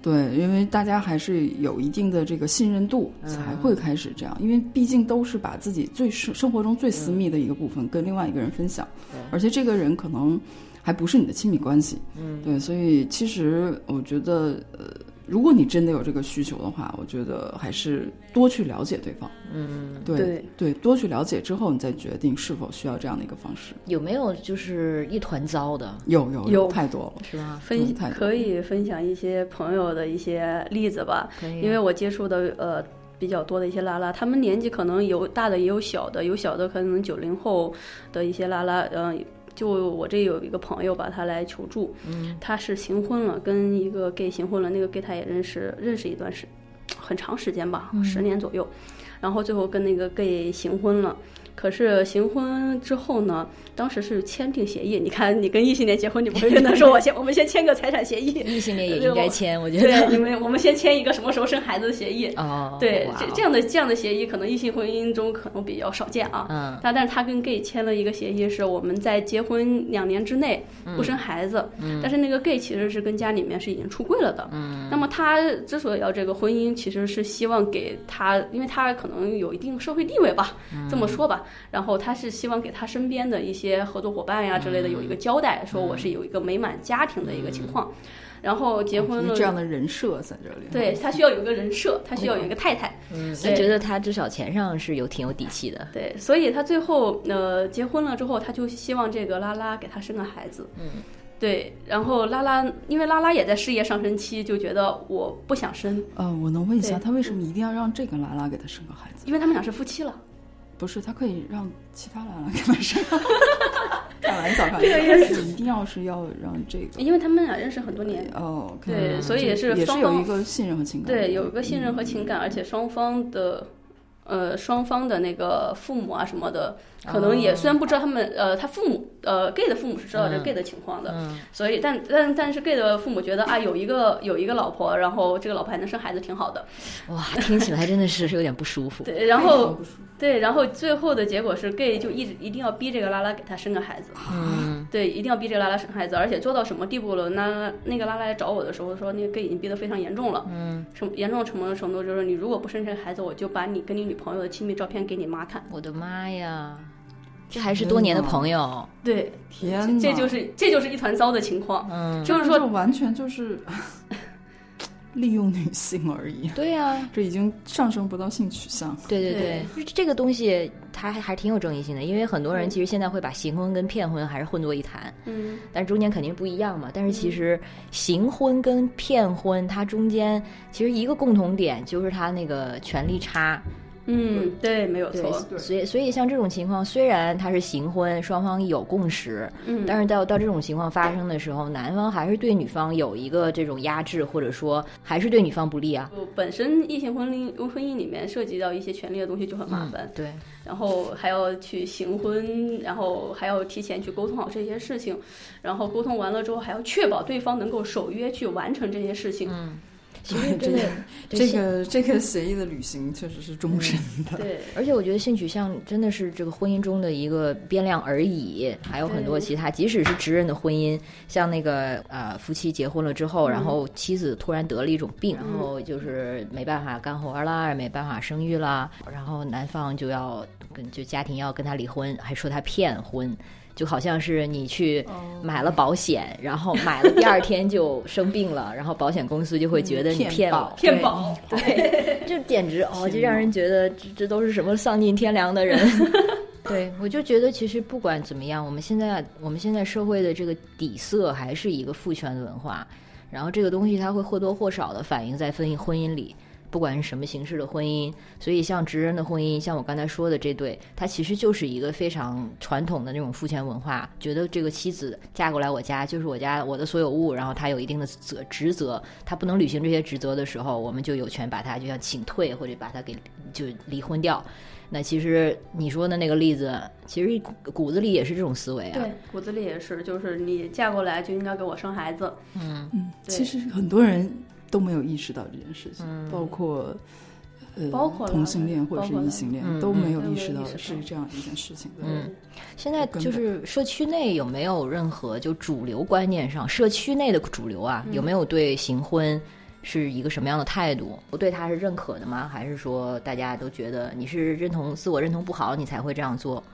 S4: 对，因为大家还是有一定的这个信任度，才会开始这样。因为毕竟都是把自己最生生活中最私密的一个部分跟另外一个人分享，而且这个人可能还不是你的亲密关系。嗯，对，所以其实我觉得，呃，如果你真的有这个需求的话，我觉得还是多去了解对方。嗯，对
S3: 对
S4: 多去了解之后，你再决定是否需要这样的一个方式。
S2: 有没有就是一团糟的，
S4: 有有
S3: 有
S4: 太多了。
S2: 是吗？
S4: 嗯
S3: 啊分
S4: 太多
S3: 可以分享一些朋友的一些例子吧，
S2: 可以，啊
S3: 因为我接触的呃比较多的一些拉拉，他们年纪可能有大的也有小的，有小的可能九零后的一些拉拉，嗯、就我这有一个朋友吧，他来求助，他是行婚了，跟一个 gay 行婚了，那个 gay 他也认识认识一段时很长时间吧，十年左右，然后最后跟那个 gay 行婚了。可是行婚之后呢，当时是签订协议。你看，你跟异性恋结婚，你不会跟他说我先我们先签个财产协议，
S2: 异性恋也应该签，我觉
S3: 对，
S2: 得。
S3: 你们我们先签一个什么时候生孩子的协议。
S2: 哦，
S3: 对，
S2: 哇
S3: 这
S2: 哦
S3: 这样的这样的协议，可能异性婚姻中可能比较少见啊。
S2: 嗯
S3: 但但是他跟 gay 签了一个协议，是我们在结婚两年之内
S2: 嗯
S3: 不生孩子。但是那个 gay 其实是跟家里面是已经出柜了的。
S2: 嗯
S3: 那么他之所以要这个婚姻，其实是希望给他，因为他可能有一定社会地位吧，
S2: 嗯
S3: 这么说吧。然后他是希望给他身边的一些合作伙伴呀之类
S2: 嗯
S3: 的有一个交代，说我是有一个美满家庭的一个情
S2: 嗯
S3: 况。然后结
S2: 哦
S3: 婚了，
S4: 这样的人设在这里。
S3: 对他需要有一个人设，他需要有一个太太。
S2: 嗯，
S3: 对
S2: 那觉得他至少钱上是有挺有底气的。
S3: 对，所以他最后呃结婚了之后，他就希望这个拉拉给他生个孩子。嗯，对，然后拉拉因为拉拉也在事业上升期，就觉得我不想生，
S4: 呃，我能问一下，
S3: 对
S4: 他为什么一定要让这个拉拉给他生个孩子？
S3: 因为他们俩是夫妻了。
S4: 不是，他可以让其他拉拉给他 生。开玩笑，开玩笑，一定要是要让这个。
S3: 因为他们俩认识很多年，
S4: 哦，OK，
S3: 对，所以也是
S4: 也
S3: 双
S4: 是有一
S3: 方
S4: 个信任和情感。
S3: 对有一个信任和情感，而且双方的。呃，双方的那个父母啊什么的，可能也
S2: 哦
S3: 虽然不知道他们，呃，他父母，呃，gay 的父母是知道这
S2: 嗯
S3: gay 的情况的，
S2: 嗯，
S3: 所以，但但但是 gay 的父母觉得啊，有一个有一个老婆，然后这个老婆还能生孩子，挺好的。
S2: 哇， 听起来真的是有点不舒服。
S3: 对，
S4: 嗯
S3: 然后对，然后最后的结果是 gay 就一直一定要逼这个拉拉给他生个孩子，
S2: 嗯，
S3: 对，一定要逼这个拉拉生孩子，而且做到什么地步了？那那个拉拉来找我的时候说，那个 gay 已经逼得非常严重了，嗯，什么严重到什么程度？就是你如果不生这个孩子，我就把你跟你女朋友的亲密照片给你妈看。
S2: 我的妈呀，这还是多年的朋友。
S3: 对，
S4: 天
S3: 这这
S4: 哪，
S3: 就是这就是一团糟的情况，
S2: 啊嗯，
S3: 就是
S4: 这
S3: 说。
S4: 完全就是 利用女性而已。
S2: 对呀、
S4: 这已经上升不到性取向，
S2: 对对
S3: 对
S2: 对，嗯就是这个东西它还还挺有争议性的，因为很多人其实现在会把行婚跟骗婚还是混作一谈，
S3: 嗯，
S2: 但是中间肯定不一样嘛。但是其实行婚跟骗婚，它中间其实一个共同点就是它那个权力差。
S3: 嗯，对，没有
S2: 对
S3: 错，，
S2: 所以所以像这种情况，虽然它是行婚，双方有共识，
S3: 嗯，
S2: 但是到到这种情况发生的时候，男方还是对女方有一个这种压制，或者说还是对女方不利啊。
S3: 就本身异性婚姻婚姻里面涉及到一些权利的东西就很麻烦，
S2: 对，
S3: 然后还要去行婚，然后还要提前去沟通好这些事情，然后沟通完了之后还要确保对方能够守约去完成这些事情。
S2: 嗯其实 真的对
S4: 这
S2: 现
S4: 个这个协议的履行确实是终身的。
S3: 对，
S2: 而且我觉得性取向真的是这个婚姻中的一个变量而已，还有很多其他，即使是直人的婚姻，像那个呃夫妻结婚了之后，然后妻子突然得了一种病，然后就是没办法干活啦，没办法生育啦，然后男方就要跟就家庭要跟他离婚，还说他骗婚。就好像是你去买了保险，然后买了第二天就生病了，然后保险公司就会觉得你
S4: 骗
S2: 骗
S4: 保
S2: 我，
S3: 骗
S2: 对
S3: 保，
S2: 对， 这简直哦，
S4: 天
S2: 就让人觉得这这都是什么丧尽天良的人。 对，我就觉得其实不管怎么样，我们现在我们现在社会的这个底色还是一个父权的文化，然后这个东西它会或多或少的反映在婚姻婚姻里，不管是什么形式的婚姻。所以像直人的婚姻，像我刚才说的这对，它其实就是一个非常传统的那种父权文化，觉得这个妻子嫁过来我家就是我家我的所有物，然后她有一定的责职责，她不能履行这些职责的时候，我们就有权把她就像请退或者把她给就离婚掉。那其实你说的那个例子，其实骨骨子里也是这种思维啊。
S3: 对，骨子里也是，就是你嫁过来就应该给我生孩子。
S4: 嗯，
S3: 对
S4: 其实很多人都没有意识到这件事情，
S2: 嗯
S4: 包括。呃，
S3: 包括了
S4: 同性恋或者是
S3: 包括了
S4: 异性恋
S2: 嗯
S4: 都没有
S3: 嗯
S4: 意识到
S3: 都没有意识到
S4: 是这样一件事情的。
S2: 嗯现在就是社区内有没有任何就主流观念上，社区内的主流啊，有没有对行婚是一个什么样的态度？我对他是认可的吗？还是说大家都觉得你是认同自我认同不好，你才会这样做？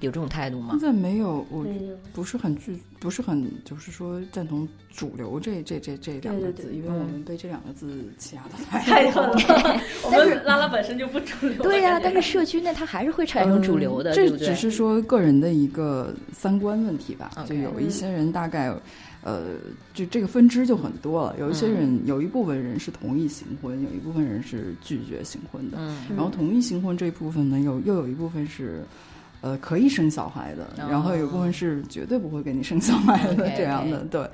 S2: 有这种态度吗
S4: 现？在没有，
S2: 嗯
S4: 我
S3: 没有
S4: 不是很拒，不是很就是说赞同“主流这”这这这两个
S3: 对对
S4: 字，
S3: 对
S4: 因为我们被这两个字欺压的太
S3: 太狠 了，我们拉拉本身就不主 流。
S2: 对呀、
S3: 我感觉
S2: 但是社区内它还是会产生主流的，
S4: 嗯
S2: 对
S4: 这
S2: 不对？
S4: 只是说个人的一个三观问题吧。
S2: OK
S4: 就有一些人大概，呃，就这个分支就很多了。有一些
S2: 嗯
S4: 人，有一部分人是同意行婚，有一部分人是拒绝行婚的。
S2: 嗯
S4: 然后同意行婚这一部分呢，有又有一部分是。呃可以生小孩的，然后有部分是绝对不会给你生小孩的
S2: 哦 OK，OK
S4: 这样的，对，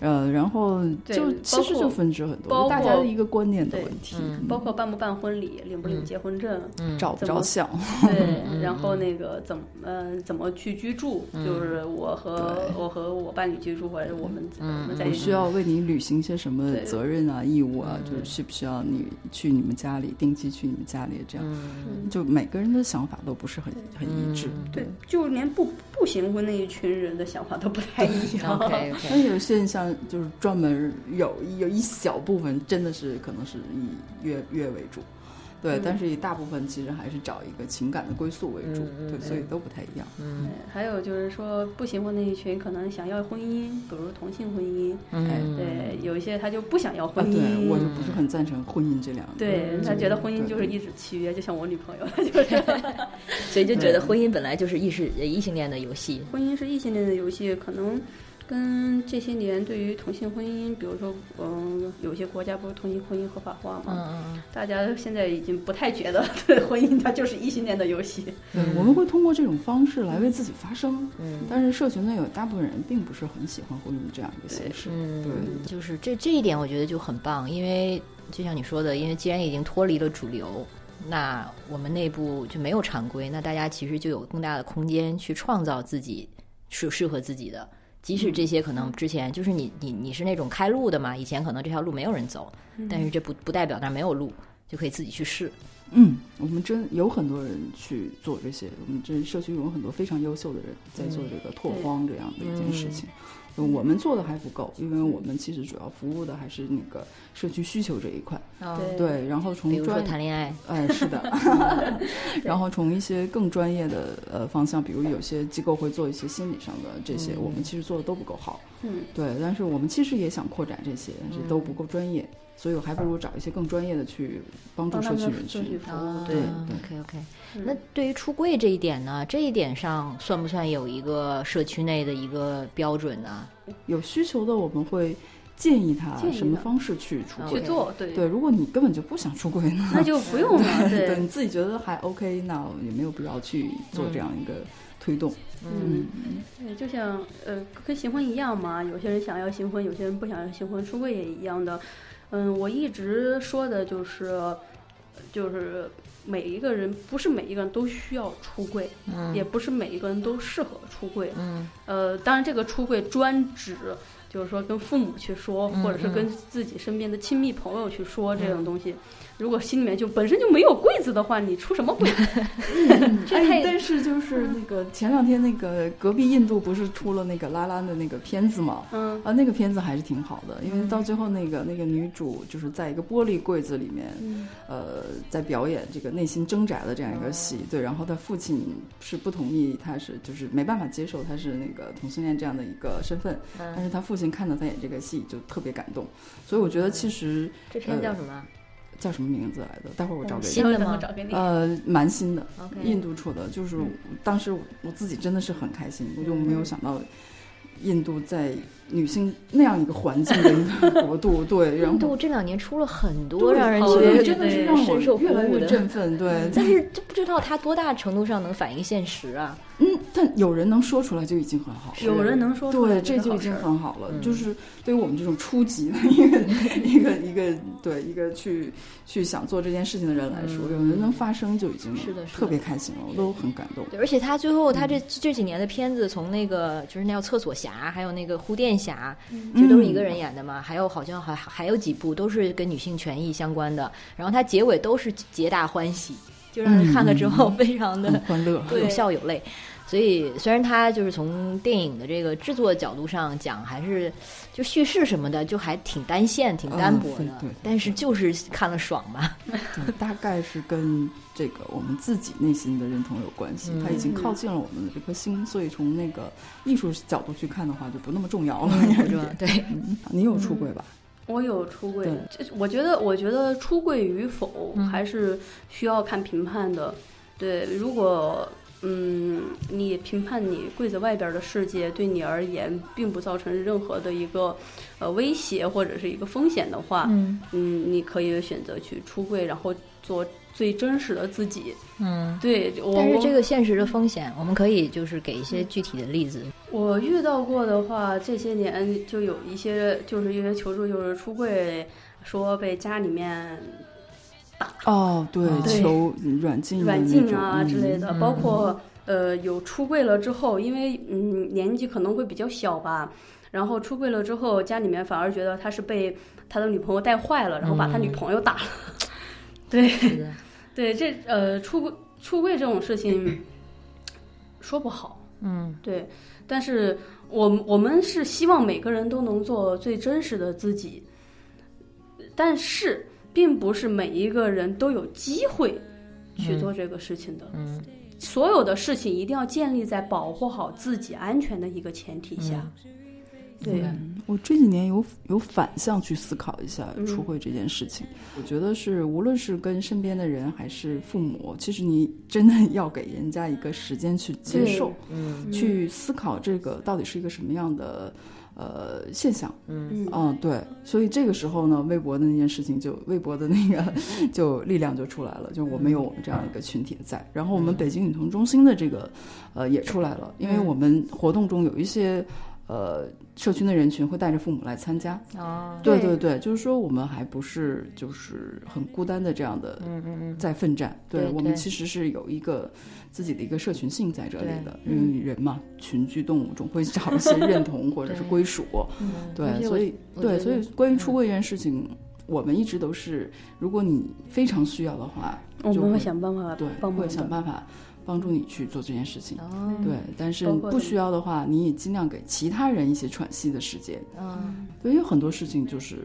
S4: 呃，然后
S3: 对
S4: 就
S3: 包
S4: 其实就
S3: 括
S4: 分支很多，
S3: 包
S4: 就大家
S3: 括
S4: 的一个观念的
S3: 对
S4: 问题，
S2: 嗯
S3: 包括办不办婚礼、领不领
S2: 嗯
S3: 结婚证，
S2: 嗯
S4: 照不
S3: 怎
S4: 照
S3: 么
S4: 相，
S3: 对，然后那个怎么呃怎么去居住，就是我和
S4: 对
S3: 我和我伴侣居住，或者是我们我们在
S4: 我
S3: 一
S4: 需
S3: 起。
S4: 要为你履行一些什么
S3: 对
S4: 责任啊、义务啊，就是需不需要你去你们家里定期去你们家里这样，
S3: 嗯
S4: 就每个人的想法都不是很很一致，
S3: 对，就连不不行婚那一群人的想法都不太一样。
S2: OK
S4: 那
S2: OK，
S4: 有现象就是专门有有一小部分真的是可能是以乐乐为主，对，但是以大部分其实还是找一个情感的归宿为主，
S2: 嗯嗯
S4: 对，所以都不太一样。
S3: 对还有就是说，不行婚那一群可能想要婚姻，比如同性婚姻，
S2: 嗯，
S3: 对，有一些他就不想要
S4: 啊，
S3: 婚姻，
S4: 对我就不是很赞成婚姻这两个，
S3: 对他觉得婚姻就是一纸契约，就像我女朋友，她就是
S2: 所以就觉得婚姻本来就是异式异性恋的游戏，
S3: 婚姻是异性恋的游戏，可能跟这些年对于同性婚姻，比如说，嗯，有些国家不是同性婚姻合法化吗？
S2: 嗯
S3: 大家现在已经不太觉得对婚姻它就是异性恋的游戏。
S4: 对，我们会通过这种方式来为自己发声，
S2: 嗯
S4: 但是社群内有大部分人并不是很喜欢婚姻这样一个形式，
S2: 嗯
S4: 对
S2: 嗯，就是这这一点我觉得就很棒，因为就像你说的，因为既然已经脱离了主流。那我们内部就没有常规，那大家其实就有更大的空间去创造自己适适合自己的。即使这些可能之前就是你你你是那种开路的嘛，以前可能这条路没有人走，但是这不不代表那儿没有路，就可以自己去试。
S4: 嗯，我们真有很多人去做这些，我们这社区有很多非常优秀的人在做这个拓荒这样的一件事情。嗯我们做的还不够，因为我们其实主要服务的还是那个社区需求这一块。
S2: 嗯，
S4: 对，然后
S2: 比
S4: 从
S2: 如说
S4: 专
S2: 谈恋爱，
S4: 哎 是的，然后从一些更专业的呃方向，比如有些机构会做一些心理上的这
S2: 嗯
S4: 些，我们其实做的都不够好。
S3: 嗯，
S4: 对，但是我们其实也想扩展这些，但是都不够专业，所以我还不如找一些更专业的去帮助
S3: 帮他
S4: 社
S3: 们
S4: 区人
S3: 社区
S4: 群。
S3: 服务，
S4: 对
S2: 啊 OK OK，、那对于出柜这一点呢，这一点上算不算有一个社区内的一个标准呢？
S4: 有需求的，我们会建议他
S3: 建议
S4: 什么
S3: 他
S4: 方式去出
S2: 嗯
S4: 柜。
S3: 去做，对，
S4: 对，如果你根本就不想出柜呢，
S3: 那就不用了，
S4: 对
S3: 对
S4: 你，自己觉得还 OK，那也没有必要去做这样一个推动。
S3: 嗯，对，就像呃，跟行婚一样嘛，有些人想要行婚，有些人不想要行婚，出柜也一样的。嗯，我一直说的就是，就是每一个人不是每一个人都需要出柜，
S4: 嗯
S3: 也不是每一个人都适合出柜。
S2: 嗯，
S3: 呃，当然这个出柜专指就是说跟父母去说，
S4: 嗯
S3: 或者是跟自己身边的亲密朋友去说这种东西。如果心里面就本身就没有柜子的话，你出什么 柜？这
S4: 哎
S3: 太，
S4: 但是就是那个前两天那个隔壁印度不是出了那个拉拉的那个片子吗？
S3: 嗯
S4: 啊，那个片子还是挺好的，因为到
S2: 嗯
S4: 最后那个那个女主就是在一个玻璃柜子里面，
S2: 嗯
S4: 呃，在表演这个内心挣扎的这样一个戏。
S2: 哦
S4: 对，然后她父亲是不同意，她是就是没办法接受她是那个同性恋这样的一个身份，
S2: 嗯
S4: 但是她父亲看到她演这个戏就特别感动，所以我觉得其实
S2: 嗯
S4: 呃
S2: 这片叫什么？
S4: 叫什么名字来的？待会儿我找给你
S2: 新。的
S3: 然
S2: 吗
S3: 后找给你。
S4: 呃，蛮新的
S2: OK 嗯
S4: 印度出的，就是当时我我自己真的是很开心，我就没有想到印度在女性那样一个环境的一个国 度，对，
S2: 印
S4: 然后
S2: 度这两年出了很多
S4: 对
S2: 让人
S4: 好
S2: 觉
S4: 多
S2: 得
S4: 真的是
S3: 对
S4: 让我
S2: 深受鼓
S4: 越来
S2: 舞
S4: 越
S2: 的嗯
S4: 振奋，对，
S2: 但是就不知道它多大程度上能反映现实啊。
S4: 嗯，但有人能说出来就已经很好了，
S3: 有人能说出来
S4: 对，
S3: 就是
S4: 这就
S3: 好
S4: 已经
S3: 事儿
S4: 很好
S2: 嗯
S4: 了。就是对于我们这种初级的一个 一个一个对一个去去想做这件事情的人来说，有人能发声就已经
S2: 嗯是的是的
S4: 特别开心了，我都很感动。
S2: 对，而且他最后他这这几年的片子，从那个就是那叫厕所侠，还有那个护垫侠，这都是一
S4: 嗯
S2: 个人演的嘛。还有好像还还有几部都是跟女性权益相关的，然后他结尾都是皆大欢喜，就让人看了之后非常的
S4: 嗯很欢乐，
S2: 有笑有泪。所以虽然他就是从电影的这个制作角度上讲，还是就叙事什么的，就还挺单线、挺单薄的
S4: 嗯，对对对
S2: 但是就是看了爽 嘛。
S4: 对大概是跟这个我们自己内心的认同有关系。它已
S3: 嗯
S4: 经靠近了我们的这颗心，所以从那个艺术角度去看的话，就不那么重要了。
S3: 嗯
S4: 嗯
S2: 是吧？对，
S4: 你有出轨吧？
S3: 我有出柜
S4: 对，
S3: 这我觉得，我觉得出柜与否还是需要看评判的。对，如果嗯，你评判你柜子外边的世界，对你而言并不造成任何的一个呃威胁或者是一个风险的话，
S2: 嗯
S3: 嗯，你可以选择去出柜，然后做最真实的自己。
S2: 嗯。
S3: 对我，
S2: 但是这
S3: 我
S2: 个现实的风险，我们可以就是给一些具体的例子。
S3: 我遇到过的话，这些年就有一些就是因为求助，就是出柜说被家里面
S4: 哦，对，
S2: 对
S4: 求软禁的
S3: 软
S4: 那
S3: 禁
S4: 种
S3: 啊之类的，
S2: 嗯
S3: 包括呃有出柜了之后，因为嗯年纪可能会比较小吧，然后出柜了之后，家里面反而觉得他是被他的女朋友带坏了，然后把他女
S2: 嗯
S3: 朋友打了。
S2: 是的，
S3: 对，这呃出柜出柜这种事情说不好，
S2: 嗯
S3: 对，但是我我们是希望每个人都能做最真实的自己，但是并不是每一个人都有机会去做这个事情的。
S2: 嗯
S3: 所有的事情一定要建立在保护好自己安全的一个前提下。对，
S4: 嗯我这几年有有反向去思考一下
S3: 嗯
S4: 出柜这件事情，我觉得是无论是跟身边的人还是父母，其实你真的要给人家一个时间去接
S3: 对
S4: 受，
S2: 嗯
S3: 嗯
S4: 去思考这个到底是一个什么样的呃现象。
S2: 嗯
S3: 嗯
S4: 嗯，对，所以这个时候呢，微博的那件事情就微博的那个
S2: 嗯
S4: 就力量就出来了，就是我们有我们这样一个群体在，然后我
S2: 嗯
S4: 们北京女童中心的这个呃也出来了，因为
S2: 嗯
S4: 我们活动中有一些呃社群的人群会带着父母来参加，
S2: 哦，
S4: 对
S3: 对
S4: 对对，就是说我们还不是就是很孤单的这样的
S2: 嗯嗯
S4: 在奋战，
S2: 对
S4: 我
S2: 对
S4: 们其实是有一个自己的一个社群性在这里的，
S2: 嗯
S3: 对
S4: 因为人嘛，群居动物总会找一些认同或者是
S2: 对
S4: 归属，
S2: 嗯，而
S4: 对，
S2: 且我
S4: 所以
S2: 我觉
S4: 对，
S2: 得
S4: 所以关于
S3: 嗯
S4: 出柜这件事情，我们一直都是，如果你非常需要的话，
S3: 我
S4: 就
S3: 们
S4: 会
S3: 会想办法
S4: 对，
S3: 帮忙
S4: 会
S3: 的嗯
S4: 想办法帮助你去做这件事情。
S2: 哦，
S4: 对，但是
S3: 包
S4: 你
S3: 括
S4: 不
S3: 什么
S4: 需要的话，你也尽量给其他人一些喘息的时间。
S2: 嗯
S4: 对，因为很多事情就是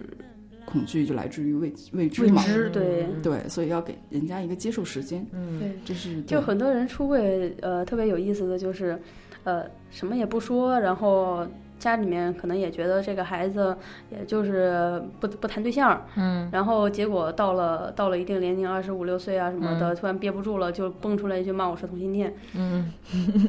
S4: 恐惧就来自于未未知
S3: 未
S4: 嘛，
S3: 知，对。
S4: 对，所以要给人家一个接受时间，
S2: 嗯
S3: 对
S4: 这是
S3: 就
S4: 对
S3: 很多人出柜，呃，特别有意思的就是，呃，什么也不说，然后家里面可能也觉得这个孩子，也就是不不谈对象，
S2: 嗯
S3: 然后结果到了到了一定年龄，二十五六岁啊什么的，突然憋不住了，就蹦出来一句骂我是同性恋，
S2: 嗯，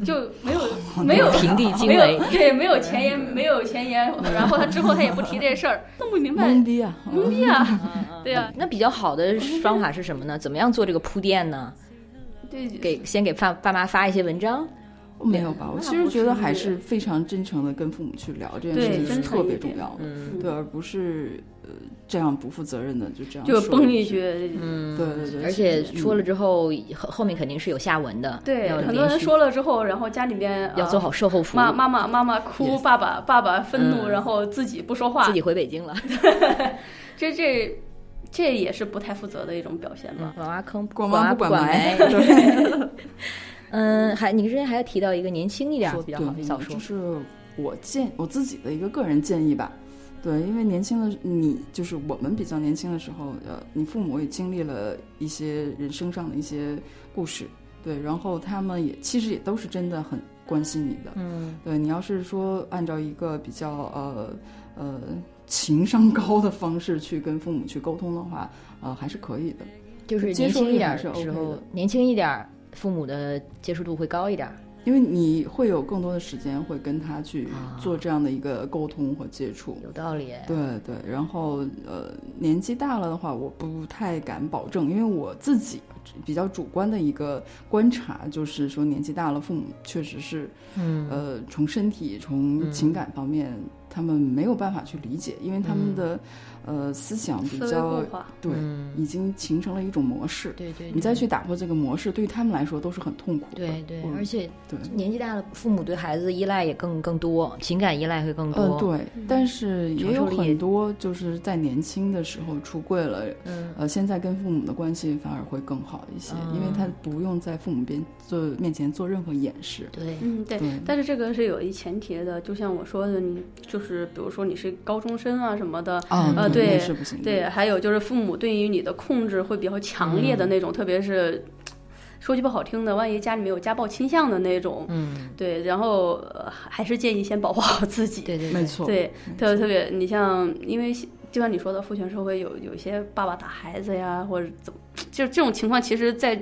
S3: 就没 有没有
S2: 平地惊
S3: 没有
S2: 雷，
S3: 对，没有前言，没有前 言。然后他之后他也不提这事儿，弄不明白
S4: 懵，逼啊，
S3: 懵逼啊！对
S2: 呀
S3: 呀，
S2: 嗯那比较好的方法是什么呢？怎么样做这个铺垫呢？
S3: 对，
S2: 给先给爸爸妈发一些文章，
S4: 没有吧？我
S3: 那
S4: 其实
S3: 不
S4: 觉得
S3: 至
S4: 还
S3: 于
S4: 是非常真诚的跟父母去聊这件
S3: 对
S4: 事情是
S3: 真诚
S4: 特
S3: 一
S4: 别重
S3: 点
S4: 要的。
S2: 嗯
S4: 对，而不是呃这样不负责任的就这样
S3: 就
S4: 说
S3: 蹦一
S4: 句，
S3: 句。
S2: 嗯，
S4: 对对对嗯
S2: 而且说了之后，后后面肯定是有下文的，
S3: 对，
S2: 要
S3: 很多人
S2: 连续
S3: 说了之后，然后家里面
S2: 要做。
S3: 呃
S2: 好售后服务
S3: 妈，妈妈妈妈哭，
S2: Yes
S3: 爸爸爸爸愤怒，
S2: 嗯
S3: 然后自己不说话
S2: 自，己回北京了，
S3: 这这这也是不太负责的一种表现吧。
S2: 管挖坑，
S4: 管
S2: 娃
S4: 娃
S2: 不管
S4: 不管
S2: 埋
S4: 埋。
S2: 嗯，还你之前还要提到一个年轻一点
S4: 说
S2: 比较好，
S4: 对
S2: 少
S4: 就
S2: 说，
S4: 是我建我自己的一个个人建议吧。对，因为年轻的你，就是我们比较年轻的时候，呃，你父母也经历了一些人生上的一些故事，对，然后他们也其实也都是真的很关心你的，
S2: 嗯
S4: 对你要是说按照一个比较呃呃情商高的方式去跟父母去沟通的话，呃，还是可以的。
S2: 就是
S4: 接
S2: 年
S4: 受
S2: 轻一
S4: 力
S2: 点
S4: 还是
S2: 的
S4: OK
S2: 时
S4: 的
S2: 候，年轻一点儿，父母的接受度会高一点儿。
S4: 因为你会有更多的时间会跟他去
S2: 啊
S4: 做这样的一个沟通和接触。
S2: 有道理，
S4: 对对，然后呃，年纪大了的话，我不太敢保证，因为我自己比较主观的一个观察就是说，年纪大了，父母确实是
S2: 嗯
S4: 呃，从身体、从情感方面，他们没有办法去理解，因为他
S2: 嗯
S4: 们的呃思想比
S3: 思维
S4: 较
S3: 固化，
S4: 对，已经形成了一种模式。
S2: 对嗯对，
S4: 你再去打破这个模式，对于他们来说都是很痛苦的。
S2: 对对，
S4: 嗯
S2: 而且
S4: 对，
S2: 年纪大了，父母对孩子的依赖也更更多，情感依赖会更
S4: 呃，
S2: 多。
S4: 对，但是
S2: 嗯承
S4: 也
S2: 受
S4: 有
S2: 力
S4: 很多就是在年轻的时候出柜了，
S2: 嗯
S4: 呃，现在跟父母的关系反而会更好一些，因为他不用在父母边做面前做任何掩饰。
S2: 对，
S3: 嗯，对。
S4: 对，
S3: 但是这个是有一前提的，就像我说的，你就是比如说你是高中生啊什么的，
S4: 啊，
S3: 呃
S4: 那
S3: 对
S4: 是不行
S2: 嗯
S4: 的。
S3: 对，还有就是父母对于你的控制会比较
S2: 嗯
S3: 强烈的那种，特别是说句不好听的，万一家里面有家暴倾向的那种，
S2: 嗯，
S3: 对，然后呃还是建议先保护好自己。
S2: 对对
S4: 没
S2: 对，
S4: 错，
S3: 对，特别特别，
S2: 嗯
S3: 你像因为就像你说的，父权社会有有一些爸爸打孩子呀，或者怎么，就这种情况，其实在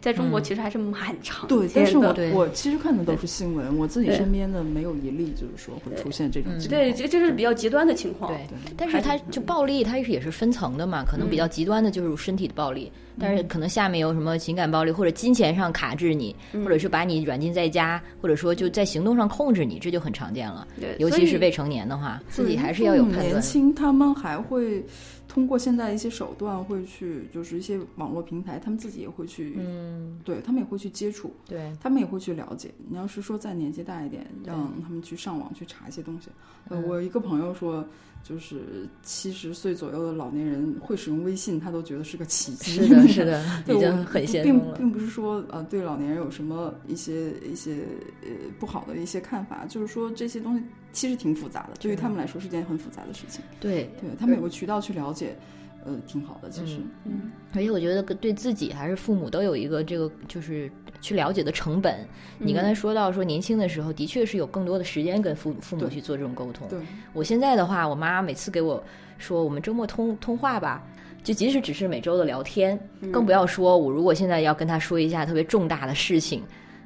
S3: 在中国
S2: 嗯
S3: 其实还是蛮常见的。
S4: 对，但是我
S2: 对
S4: 我其实看的都是新闻，我自己
S3: 对
S4: 身边的没有一例就是说会出现这种
S2: 嗯
S4: 情况。
S3: 对，这这是比较极端的情况。
S2: 对，但是它就暴力，它是也是分层的嘛，可能比较极端的就是身体的暴力，但是可能下面有什么情感暴力，或者金钱上卡制你，
S3: 嗯
S2: 或者是把你软禁在家，或者说就在行动上控制你，这就很常见了。
S3: 对
S2: 尤
S3: 所
S2: 其
S3: 以
S2: 是未成年的话，自己
S4: 对
S2: 还是要有
S4: 父母
S2: 判断
S4: 年
S2: 的。
S4: 轻他们还会通过现在一些手段，会去就是一些网络平台，他们自己也会去，
S2: 嗯，
S4: 对他们也会去接触，
S2: 对，
S4: 他们也会去了解。你要是说再年纪大一点，让他们去上网去查一些东西。呃，
S2: 嗯
S4: 我有一个朋友说，就是七十岁左右的老年人会使用微信，他都觉得是个奇迹。
S2: 是的，是 的，
S4: 对
S2: 已
S4: 我
S2: 经很
S4: 不
S2: 先锋
S4: 并
S2: 了。
S4: 并不是说呃对老年人有什么一些一些呃不好的一些看法，就是说这些东西其实挺复杂的，对于他们来说是件很复杂的事情。
S2: 对，
S4: 对他们有个渠道去了解，呃，挺好的。其实，
S3: 嗯，
S2: 而且我觉得跟对自己还是父母都有一个这个就是去了解的成本。你刚才说到说年轻的时候，的确是有更多的时间跟父父母
S4: 对
S2: 去做这种沟通。
S4: 对，
S2: 我现在的话，我妈每次给我说我们周末通通话吧，就即使只是每周的聊天，更不要说我如果现在要跟她说一下特别重大的事情，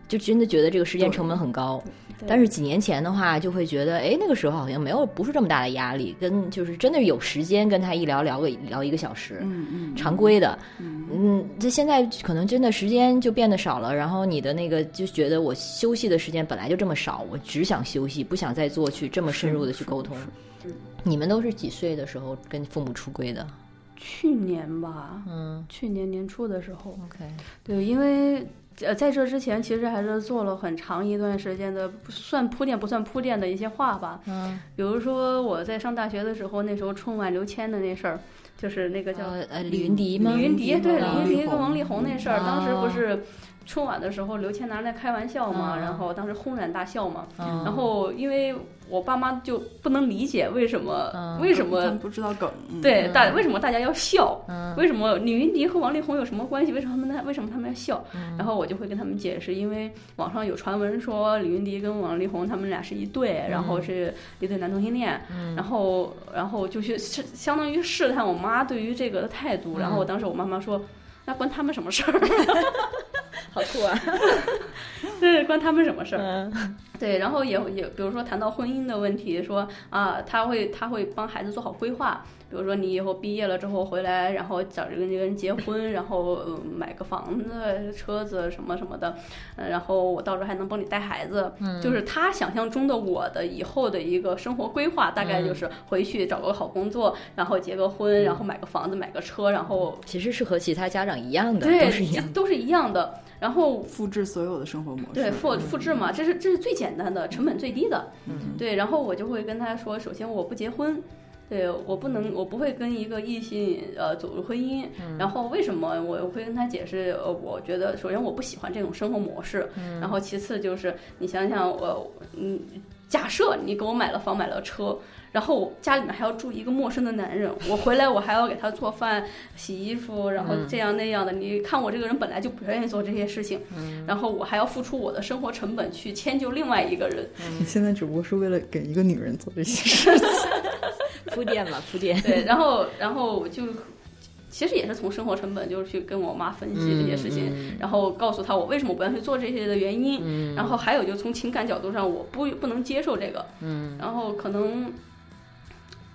S2: 就真的觉得这个时间成本很高。但是几年前的话，就会觉得，哎，那个时候好像没有不是这么大的压力，跟就是真的有时间跟她一聊聊个聊一个小时，
S4: 嗯嗯，
S2: 常规的，嗯，这现在可能真的时间就变得少了，然后你的那个就觉得我休息的时间本来就这么少，我只想休息，不想再做去这么深入的去沟通。你们都是几岁的时候跟父母出轨的？
S3: 去年吧，
S2: 嗯
S3: 去年年初的时候，
S2: ，OK，
S3: 对，因为呃在这之前其实还是做了很长一段时间的，不算铺垫不算铺垫的一些话吧。
S2: 嗯，
S3: 比如说我在上大学的时候，那时候春晚刘谦的那事儿，就是那个叫
S2: 呃呃，李云
S4: 嗯
S2: 迪吗
S3: 李？云迪，对
S2: 王
S3: 李
S4: 力
S3: 云迪跟
S4: 宏啊
S3: 王力宏那事儿，
S2: 嗯
S3: 当时不是春晚的时候，刘谦拿来开玩笑嘛，
S2: 嗯
S3: 然后当时轰然大笑嘛。
S2: 嗯
S4: 啊
S3: 然后因为我爸妈就不能理解为什么
S2: 嗯
S3: 为什
S4: 啊他们
S3: 么
S4: 不知道梗？嗯，
S3: 对大为什么大家要笑，
S2: 嗯
S3: 为什么李云迪和王力宏有什么关系？为什么他们为什么他们要笑？
S2: 嗯
S3: 然后我就会跟他们解释，因为网上有传闻说李云迪跟王力宏他们俩是一
S2: 嗯
S3: 对，然后是一对男同性恋，然后然后就去是相当于试探我妈对于这个的态
S2: 嗯
S3: 度。然后当时我妈妈说。那关他们什么事儿？
S2: 好酷啊！
S3: 对，关他们什么事儿？
S2: 嗯
S3: 对，然后也也，比如说谈到婚姻的问题，说啊，他会他会帮孩子做好规划，比如说你以后毕业了之后回来，然后找这个人结婚，然后、呃买个房子、车子什么什么的，嗯，然后我到时候还能帮你带孩子，
S2: 嗯
S3: 就是他想象中的我的以后的一个生活规划，大概
S2: 嗯
S3: 就是回去找个好工作，然后结个婚，然后买个房子、买个车，然后
S2: 其实是和其他家长一样的，
S3: 对，
S2: 都是一样
S3: 这
S2: 的。
S3: 都是一样的，然后
S4: 复制所有的生活模式。嗯
S3: 对复复制嘛，这是这是最简单的，成本最低的。对，然后我就会跟他说，首先我不结婚。对我不能，我不会跟一个异性呃走入婚姻。
S4: 嗯
S3: 然后为什么我会跟他解释？呃，我觉得首先我不喜欢这种生活模式，
S4: 嗯
S3: 然后其次就是你想想我，嗯，假设你给我买了房买了车，然后我家里面还要住一个陌生的男人，我回来我还要给他做饭、洗衣服，然
S4: 嗯
S3: 后这样那样的。你看我这个人本来就不愿意做这些事情，然后我还要付出我的生活成本去迁就另外一个人。
S4: 嗯
S5: 你现在只不过是为了给一个女人做这些事。
S2: 铺垫嘛，铺垫。
S3: 对，然后然后我就其实也是从生活成本，就是去跟我妈分析这些事情，然后告诉她我为什么不要去做这些的原因。然后还有就从情感角度上，我不不能接受这个。嗯，然后可能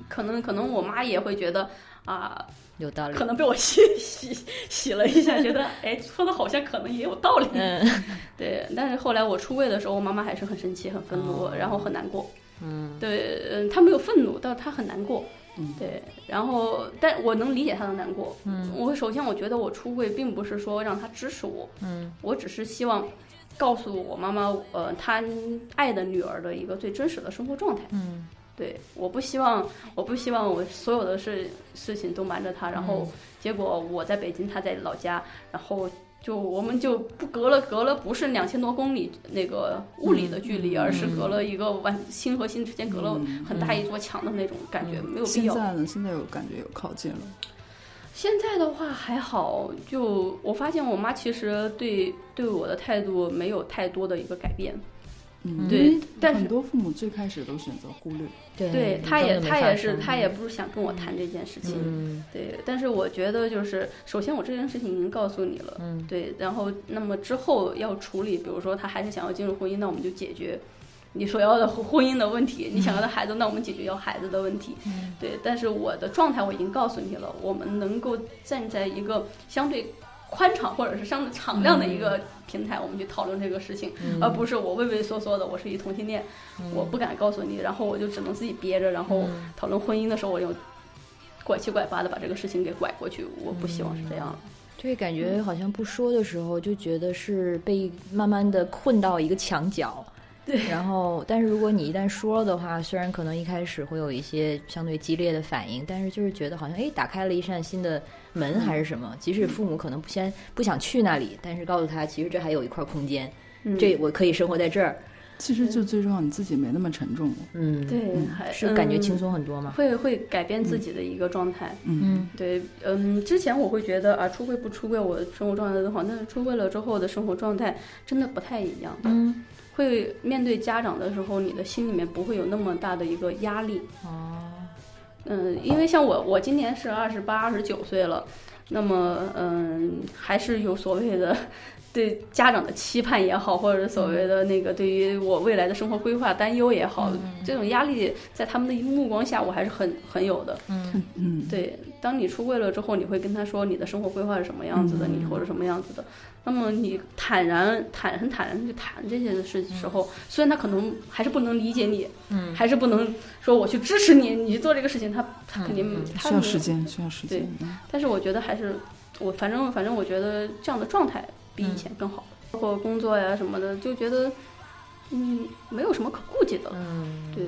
S3: 可能可能我妈也会觉得啊。
S2: 有道理
S3: 可。能被我 洗洗洗了一下，觉得哎，说的好像可能也有道理。
S2: 嗯，
S3: 对，但是后来我出柜的时候，我妈妈还是很生气、很愤怒，然后很难过。嗯，对，嗯，她没有愤怒，但她很难过。
S4: 嗯
S3: 对，然后，但我能理解她的难过。嗯，我首先我觉得我出柜并不是说让她支持我，嗯，我只是希望告诉我妈妈，呃，她爱的女儿的一个最真实的生活状态。嗯，对，我不希望，我不希望我所有的事事情都瞒着她，然后结果我在北京，她在老家，然后就我们就不隔了隔了不是两千多公里那个物理的距离，而是隔了一个完心和心之间隔了很大一座墙的那种感觉，没有必
S4: 现
S3: 要。
S4: 在呢？现在有感觉有靠近了，
S3: 现在的话还好，就我发现我妈其实对对我的态度没有太多的一个改变，
S4: 嗯，
S2: 对
S4: 因为
S3: 但是
S4: 很多父母最开始都选择忽略，
S2: 对
S3: 对，他也他也是他
S2: 也
S3: 也不是想跟我谈这件事情，
S2: 嗯
S3: 对，但是我觉得就是，首先我这件事情已经告诉你了，
S2: 嗯
S3: 对，然后那么之后要处理，比如说他还是想要进入婚姻，那我们就解决你所要的婚婚姻的问题，你想要的孩子，那我们解决要孩子的问题，
S2: 嗯
S3: 对，但是我的状态我已经告诉你了，我们能够站在一个相对宽敞或者是相对敞亮的一个平台，我们去讨论这个事情，
S2: 嗯
S3: 而不是我畏畏缩缩的，我是一同性恋，我不敢告诉你，然后我就只能自己憋着，然后
S2: 嗯
S3: 讨论婚姻的时候，我就拐七拐八的把这个事情给拐过去，我不希望是这样。
S2: 对，感觉好像不说的时候就觉得是被慢慢的困到一个墙角。
S3: 对
S2: 然后，但是如果你一旦说了的话，虽然可能一开始会有一些相对激烈的反应，但是就是觉得好像哎，打开了一扇新的
S3: 嗯
S2: 门还是什么。即使父母可能不先不想去那里，但是告诉他，其实这还有一块空间，
S3: 嗯
S2: 这我可以生活在这儿。
S4: 其实就最重要，你自己没那么沉重了。
S2: 嗯，，
S3: 对，还
S2: 是感觉
S3: 嗯
S2: 轻松很多嘛。
S3: 会会改变自己的一个状态。
S4: 嗯，
S3: 对，嗯，之前我会觉得啊，出柜不出柜，我的生活状态都好。但是出柜了之后的生活状态真的不太一样。
S2: 嗯，
S3: 会面对家长的时候，你的心里面不会有那么大的一个压力。
S2: 哦，
S3: 嗯，因为像我，我今年是二十八、二十九岁了，那么嗯，还是有所谓的对家长的期盼也好，或者所谓的那个对于我未来的生活规划担忧也好，这种压力在他们的目光下，我还是很很有的。
S2: 嗯
S4: 嗯，
S3: 对，当你出柜了之后，你会跟他说你的生活规划是什么样子的，
S2: 嗯
S3: 你或者什么样子的。那么你坦然、坦很坦然地去谈这些的事时候，虽然他可能还是不能理解你，
S2: 嗯
S3: 还是不能说我去支持你，你去做这个事情，他他肯定、
S2: 嗯嗯
S3: 他
S4: 需要
S3: 没有
S4: 时。间，需要时间。嗯
S3: 但是我觉得还是我反正反正我觉得这样的状态比以
S2: 嗯
S3: 前更好，包括工作呀什么的，就觉得嗯没有什么可顾忌的了。
S2: 嗯。
S3: 对，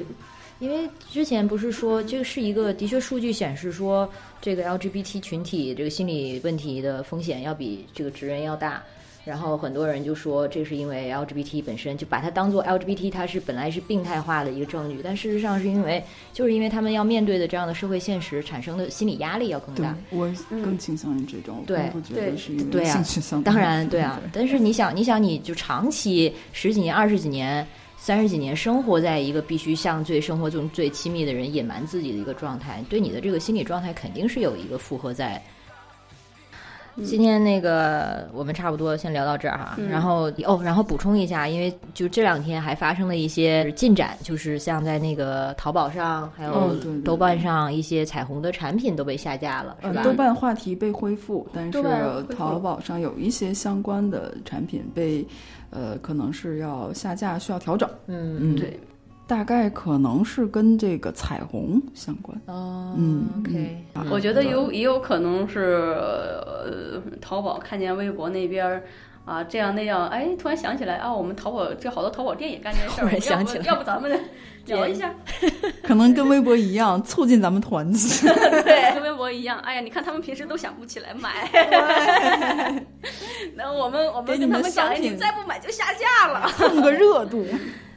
S2: 因为之前不是说这个是一个，的确数据显示说，这个 LGBT 群体这个心理问题的风险要比这个直人要大。然后很多人就说，这是因为 LGBT 本身就把它当做 LGBT，它是本来是病态化的一个证据，但事实上是因为就是因为他们要面对的这样的社会现实产生的心理压力要更
S4: 对
S2: 大。，
S4: 我更倾向于这种，我
S2: 对
S4: 并不觉得
S3: 对
S4: 是因
S2: 对
S4: 为
S2: 啊
S4: 性取向。
S2: 当然，对
S4: 嗯
S2: 啊，但是你想，你想，你就长期十几年、二十几年、三十几年生活在一个必须向最生活中最亲密的人隐瞒自己的一个状态，对你的这个心理状态肯定是有一个负荷在。
S4: 嗯
S2: 今天那个我们差不多先聊到这儿哈，
S3: 嗯
S2: 然后哦，然后补充一下，因为就这两天还发生了一些进展，就是像在那个淘宝上还有
S4: 嗯对对
S2: 豆瓣上一些彩虹的产品都被下架了，是
S4: 呃
S2: 吧，？
S4: 豆瓣话题被恢复，但
S3: 豆
S4: 是
S3: 瓣恢复
S4: 淘宝上有一些相关的产品被，呃，可能是要下架，需要调整。
S2: 嗯
S4: 嗯，
S3: 对，
S4: 大概可能是跟这个彩虹相关。
S2: 哦
S4: 嗯
S2: ，OK，
S4: 嗯
S3: 我觉得有也有可能是呃，淘宝看见微博那边儿啊这样那样，哎，突然想起来啊，我们淘宝这好多淘宝店也干这件 事儿，
S2: 突然想起来
S3: 要不要不咱们聊一下？
S4: 可能跟微博一样，促进咱们团结。
S3: 对，跟微博一样，哎呀，你看他们平时都想不起来买， 那我们我们
S4: 给你
S3: 跟他
S4: 们
S3: 们讲，
S4: 商
S3: 哎，你
S4: 品
S3: 再不买就下架 了。
S4: 蹭个热度。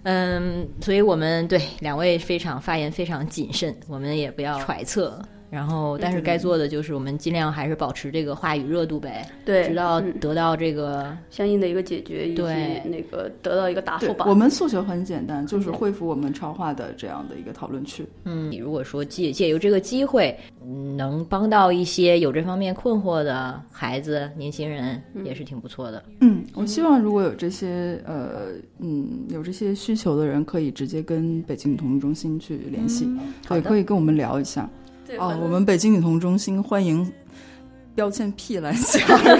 S2: 嗯，所以我们对两位非常发言非常谨慎，我们也不要揣测。然
S4: 嗯
S2: 后，但是该做的就是我们尽量还是保持这个话语热度呗，
S3: 对
S2: 直到
S4: 嗯
S2: 得到这个
S3: 嗯相应的一个解决，以及
S2: 对
S3: 那个得到一个答
S4: 对
S3: 复吧，
S4: 我。们诉求很简单，就是恢复我们超话的这样的一个讨论区。
S2: 嗯，如果说借借由这个机会，嗯能帮到一些有这方面困惑的孩子、年轻人，也是挺不错的。
S4: 嗯，我希望如果有这些呃嗯有这些需求的人，可以直接跟北京女同志中心去联系，对，可以跟我们聊一下。
S3: 对，
S4: 哦
S3: 反，正
S4: 我们北京女同志中心欢迎标签 P 来加入。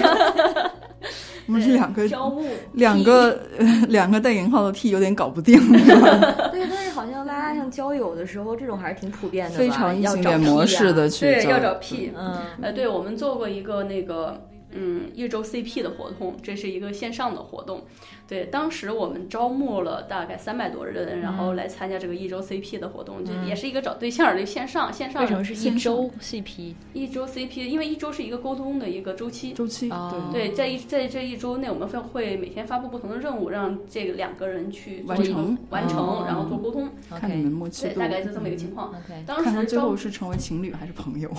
S4: 我们是两个
S3: 招募
S4: 两个呃 两个带引号的 T 有点搞 不定，
S2: 对，但是好像拉拉上交友的时候，这种还是挺普遍的吧，
S4: 非常异
S2: 要
S4: 性
S2: 找
S4: 恋
S2: P
S4: 模
S2: 呀
S4: 式的，去
S3: 啊对
S4: 交
S3: 要
S4: 友
S3: 找 P，
S2: 嗯
S3: 呃，对，我们做过一个那个嗯一周 CP 的活动，这是一个线上的活动。对，当时我们招募了大概三百多人，然
S2: 嗯
S3: 后来参加这个一周 CP 的活动，这也是一个找对象儿的线上线上。
S2: 为什么是一周 CP？
S3: 一周 CP？因为一周是一个沟通的一个周期。
S4: 周期，
S2: 哦
S4: 对，
S3: 对，在一在这一周内，我们会会每天发布不同的任务，让这个两个人去做
S4: 完
S3: 一个
S4: 成
S3: 完
S2: 哦
S3: 成，然后做沟通。
S4: 看你们默契
S3: 哦对，
S4: 度，
S3: 大概就这么一个情况。
S2: OK，
S3: 当
S4: 看他
S3: 时
S4: 最
S3: 招
S4: 后是成为情侣还是朋友。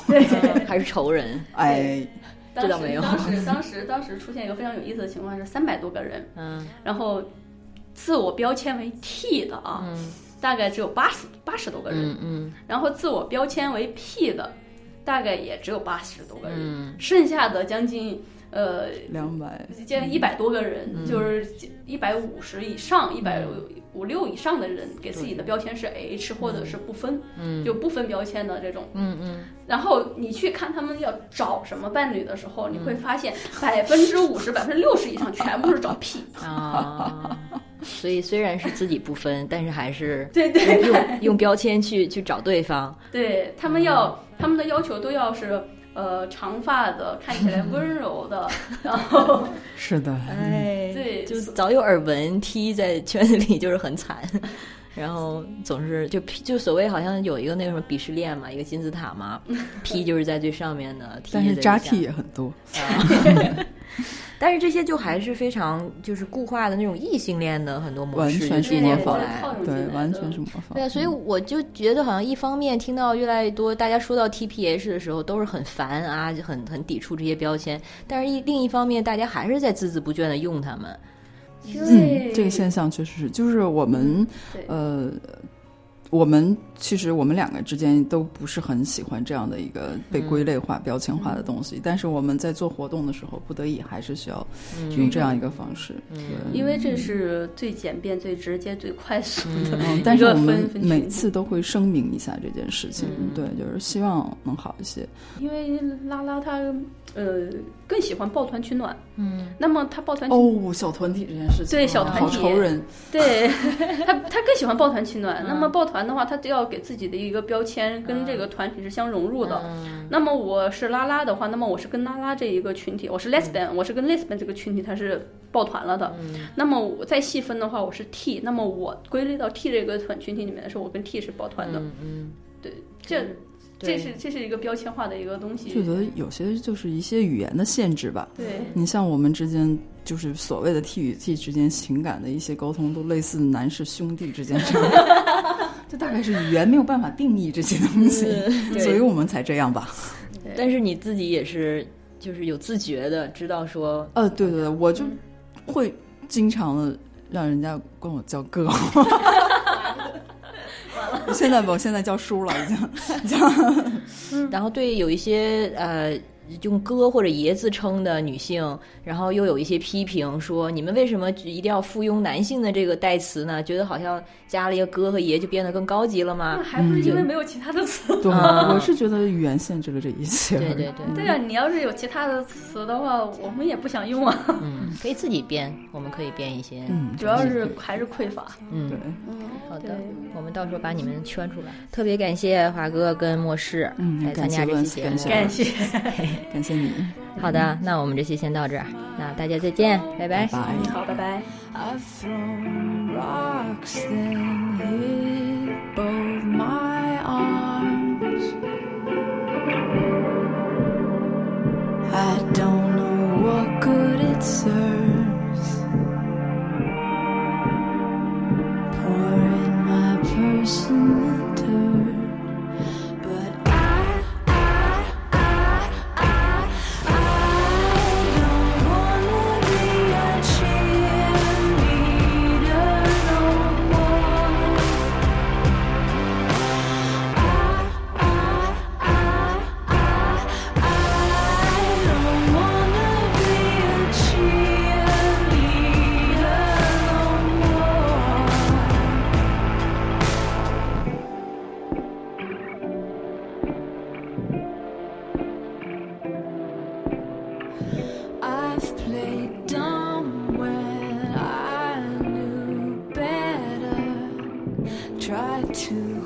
S2: 还是仇人？
S4: 哎，
S3: 当时
S2: 这倒没有
S3: 当时当时当时出现一个非常有意思的情况是，三百多个人，
S2: 嗯
S3: 然后自我标签为 T 的啊，大概只有八十八十多个人，
S2: 嗯嗯
S3: 然后自我标签为 P 的，大概也只有八十多个人，
S2: 嗯
S3: 剩下的将近呃
S4: 两 百，
S3: 将
S2: 嗯
S3: 近一百多个人，就是一百五十以上、
S2: 嗯
S3: 一百五六以上的人，给自己的标签是 H 或者是不分，
S2: 嗯
S3: 就不分标签的这种。
S2: 嗯嗯，
S3: 然后你去看他们要找什么伴侣的时候，你
S2: 嗯
S3: 会发现百分之五十、百分之六十以上全部是找 P。
S2: 嗯啊，所以虽然是自己不分，但是还是
S3: 对对
S2: 用用用标签去去找对方，
S3: 对他们
S4: 嗯
S3: 要他们的要求都要是呃长发的，看起来
S4: 嗯
S3: 温柔 的，然后
S4: 是的，
S2: 哎
S3: 对
S2: 就早有耳闻，T 在圈子里就是很惨，然后总是就 P 就所谓好像有一个那个什么鄙视链嘛，一个金字塔嘛，P 就是在最上面的，T
S4: 但是
S2: 在最
S4: 扎
S2: 下
S4: T 也很多，
S2: 但是这些就还是非常就是固化的那种异性恋的很多模
S4: 完
S2: 式，
S4: 全
S2: 就是是
S3: 对
S4: 模
S2: 连
S4: 仿
S2: 过来
S3: 套用进来
S4: 对，
S3: 的
S4: 完全是模嗯仿。
S2: 对啊，所以我就觉得好像一方面听到越来越多大家说到 TPH 的时候，都是很烦啊，就很很抵触这些标签。但是一另一方面，大家还是在孜孜不倦的用它们。
S4: 嗯，这个现象确实是，就是我们
S3: 对
S4: 呃，我们其实我们两个之间都不是很喜欢这样的一个被
S3: 嗯
S4: 归类化、标签化的东西，但是我们在做活动的时候，不得已还是需要
S3: 嗯
S4: 用这样一个方式。对
S3: 因为这是最简便、最直接、最快速的。
S4: 嗯，但是我
S3: 一个
S4: 们
S3: 分分群
S4: 每次都会声明一下这件事情，
S2: 嗯
S4: 对，就是希望能好一些。
S3: 因为拉拉她呃更喜欢抱团取暖，嗯，那么她抱团取、
S4: 哦，小团体这件事情，啊
S3: 对小团
S4: 好
S3: 体
S4: 愁人。
S3: 对她她更喜欢抱团取暖。那
S2: 嗯
S3: 么抱团的话，她就要给自己的一个标签跟这个团体是相融入的。
S2: 嗯
S3: 那么我是拉拉的话，那么我是跟拉拉这一个群体，我
S2: 嗯
S3: 是 lesbian，、我是跟 lesbian 这个群体它是抱团了的。
S2: 嗯
S3: 那么我再细分的话，我是 T，那么我归类到 T 这个团群体里面的时候，我跟 T 是抱团的。
S2: 嗯嗯，
S3: 对，这
S2: 对
S3: 这是这是一个标签化的一个东西。
S4: 就觉得有些就是一些语言的限制吧。
S3: 对。
S4: 你像我们之间，就是所谓的 T 与 T 之间情感的一些沟通，都类似男是兄弟之 间这样，就大概是语言没有办法定义这些东西，
S3: 嗯
S2: 对
S4: 所以我们才这样吧。
S2: 嗯但是你自己也是就是有自觉的知道说，
S4: 呃，对对对，我就会经常的让人家管我叫哥。现在吧，我现在叫叔了，已经。
S2: 然后对有一些呃。用哥或者爷自称的女性，然后又有一些批评说，你们为什么一定要附庸男性的这个代词呢？觉得好像加了一个哥和爷就变得更高级了吗
S3: 那？还不是因为没有其他的词？
S4: 对，
S2: 啊
S4: 我是觉得语言限制了这一切。
S2: 对对对，
S3: 对啊，你要是有其他的词的话，我们也不想用啊。
S2: 嗯，可以自己编，我们可以编一些。
S4: 嗯，
S3: 主要是还是匮乏。
S2: 嗯
S4: 对，
S2: 好
S3: 对
S2: 的，我们到时候把你们圈出来。特别感谢华哥跟莫世，
S4: 嗯
S2: 来参加
S4: 感
S2: 这期节
S4: 谢
S2: 目
S4: 温。斯
S3: 感谢，
S4: 感谢你，
S2: 好的，那我们这期先到这儿，那大家再见，拜拜。
S4: 拜。
S3: 好，拜拜。
S1: I've thrown rocks, then hid both my arms. I don't know what good it serves. Pouring my purse in the dirt, but I, I, I, I, I don't wanna be a cheerleader no more. I don't wanna be a cheerleader no more. I've played dumb when I knew better. Tried to